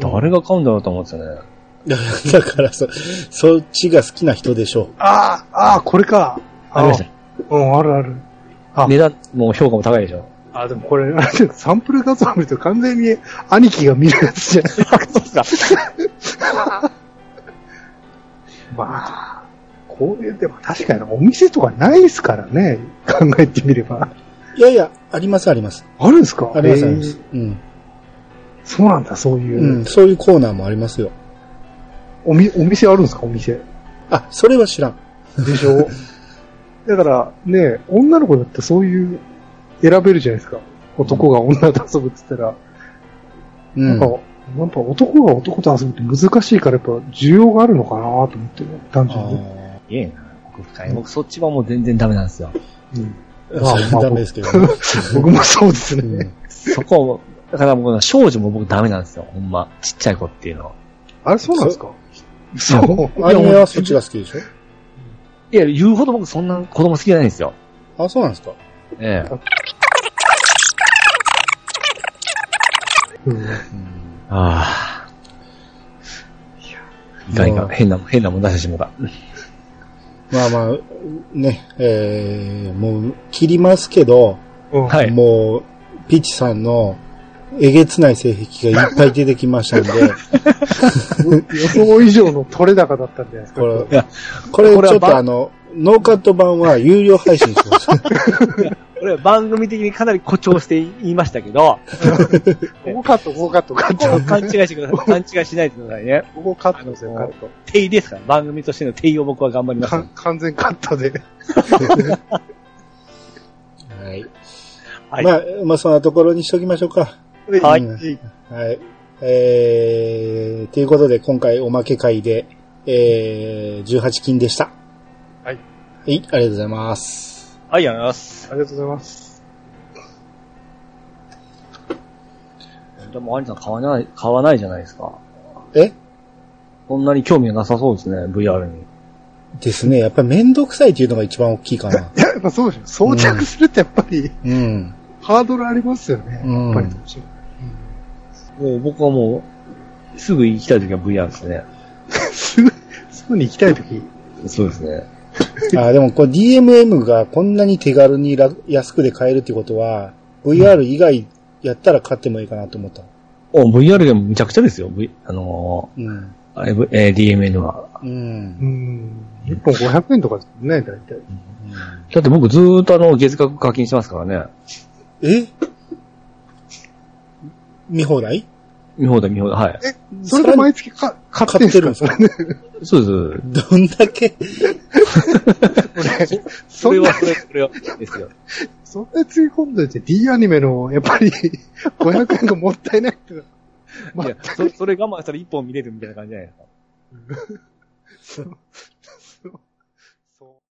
C: 誰が買うんだろうと思ってたね。
B: だだから、そ、そっちが好きな人でしょ
D: ああ、ああ、これか。
C: ありました。
D: あ。うん、あるある。あ
C: 値段も評価も高いでしょ。
D: あ、でもこれ、 サンプル画像見ると完全に兄貴が見るやつじゃない。
C: そうか。
D: まあ、こういう、でも確かにお店とかないですからね。考えてみれば。
B: う。いやいや、ありますあります。
D: あるんですか
B: ありますあ
D: へ
B: り
D: え
B: ます。うん。
D: そうなんだ、そういう。
B: うん、そういうコーナーもありますよ。
D: おみお店あるんですかお店。
B: あ、それは知らん。
D: でしょだからね、女の子だってそういう、選べるじゃないですか。男が女と遊ぶって言ったら、
B: う
D: なん
B: ん
D: か、。やっぱ男が男と遊ぶって難しいからやっぱ需要があるのかなと思って、単純
B: あ
D: に。
C: いえな。僕深い。僕そっちはもう全然ダメなんですよ。
D: うん
B: ー
D: まあ
B: それダメですけどね。
D: 僕 もそうです
B: う
D: ね。
B: ん
C: そこを、だから僕の少女も僕ダメなんですよ。ほんま。ちっちゃい子っていうのは。
D: あれそうなんですかそう。
B: アニメはそっちが好きでしょ
C: いや、言うほど僕そんな子供好きじゃないんですよ。
B: あ、そうなんですか
C: ええ。
D: うん
C: ああ。いかんいかん。変な、変なもん出してしまった。
B: まあまあ、ね、えー、もう、切りますけど、
D: うん
C: はい
B: もう、ピッチさんの、えげつない性癖がいっぱい出てきました んで、
D: 予想以上の取れ高だったんじゃないですか。
B: これ
C: いや、
B: これ
C: これ
B: ち
C: は
B: ょっと
C: ば
B: あの、ノーカット版は有料配信します。
C: 俺は番組的にかなり誇張して言いましたけ ど、
D: ここカット、ここカット、カッ
C: ここは
D: ト。
C: 勘違いして ください。勘違いしないでくださいね。
D: ここカットですよ、カット。
C: 定位ですから、番組としての定位を僕は頑張ります
D: か。完全カットで。
B: はい。
C: はい
B: まあ、まあ、そんなところにしときましょうか。
C: は
B: うんはい。えー、ということで、今回おまけ会で、えー、18金でした。
D: は
B: は
D: い
B: い、ありがとうございます。
C: はい、ありがとうございます。
D: ありがとうござい ます。
C: でも、アニさん買わない、買わないじゃないですか。
B: え
C: そんなに興味がなさそうですね、VR に。
B: ですね。やっぱりめんどくさいっていうのが一番大きいか な。
D: やっぱそうでしょ。装着するってやっぱり、
B: うん。
D: ハードルありますよね。
B: うん
D: やっぱりどうしても。
C: もう僕はもう、すぐ行きたい時は VR ですね。
D: すぐ、すぐに行きたいとき。
C: そうですね。
B: あ、でもこれ DMM がこんなに手軽に楽安くで買えるってことは、VR 以外やったら買ってもいいかなと思った。
C: お、VR でもむちゃくちゃですよ、v、あの
B: うん。
C: ーあれ、V- えー DMN は。
B: うん。
D: うん。1本500円とかですもんね、大体。
C: だって僕ずーっとあの、月額課金してますからね。
B: え見放題
C: 見放題見放題。はい。
D: それで毎月か買ってるんですか
B: 買
D: ね。
C: そうです。
B: どんだけ、
D: そ
C: それ
D: ん
C: は、
D: な、
C: それ、それは、ですよ。
D: そんな追本でって D アニメの、やっぱり、500円がもったいないっていうのは。
C: いや、そそれ我慢したら一本見れるみたいな感じじゃないですか。
D: そ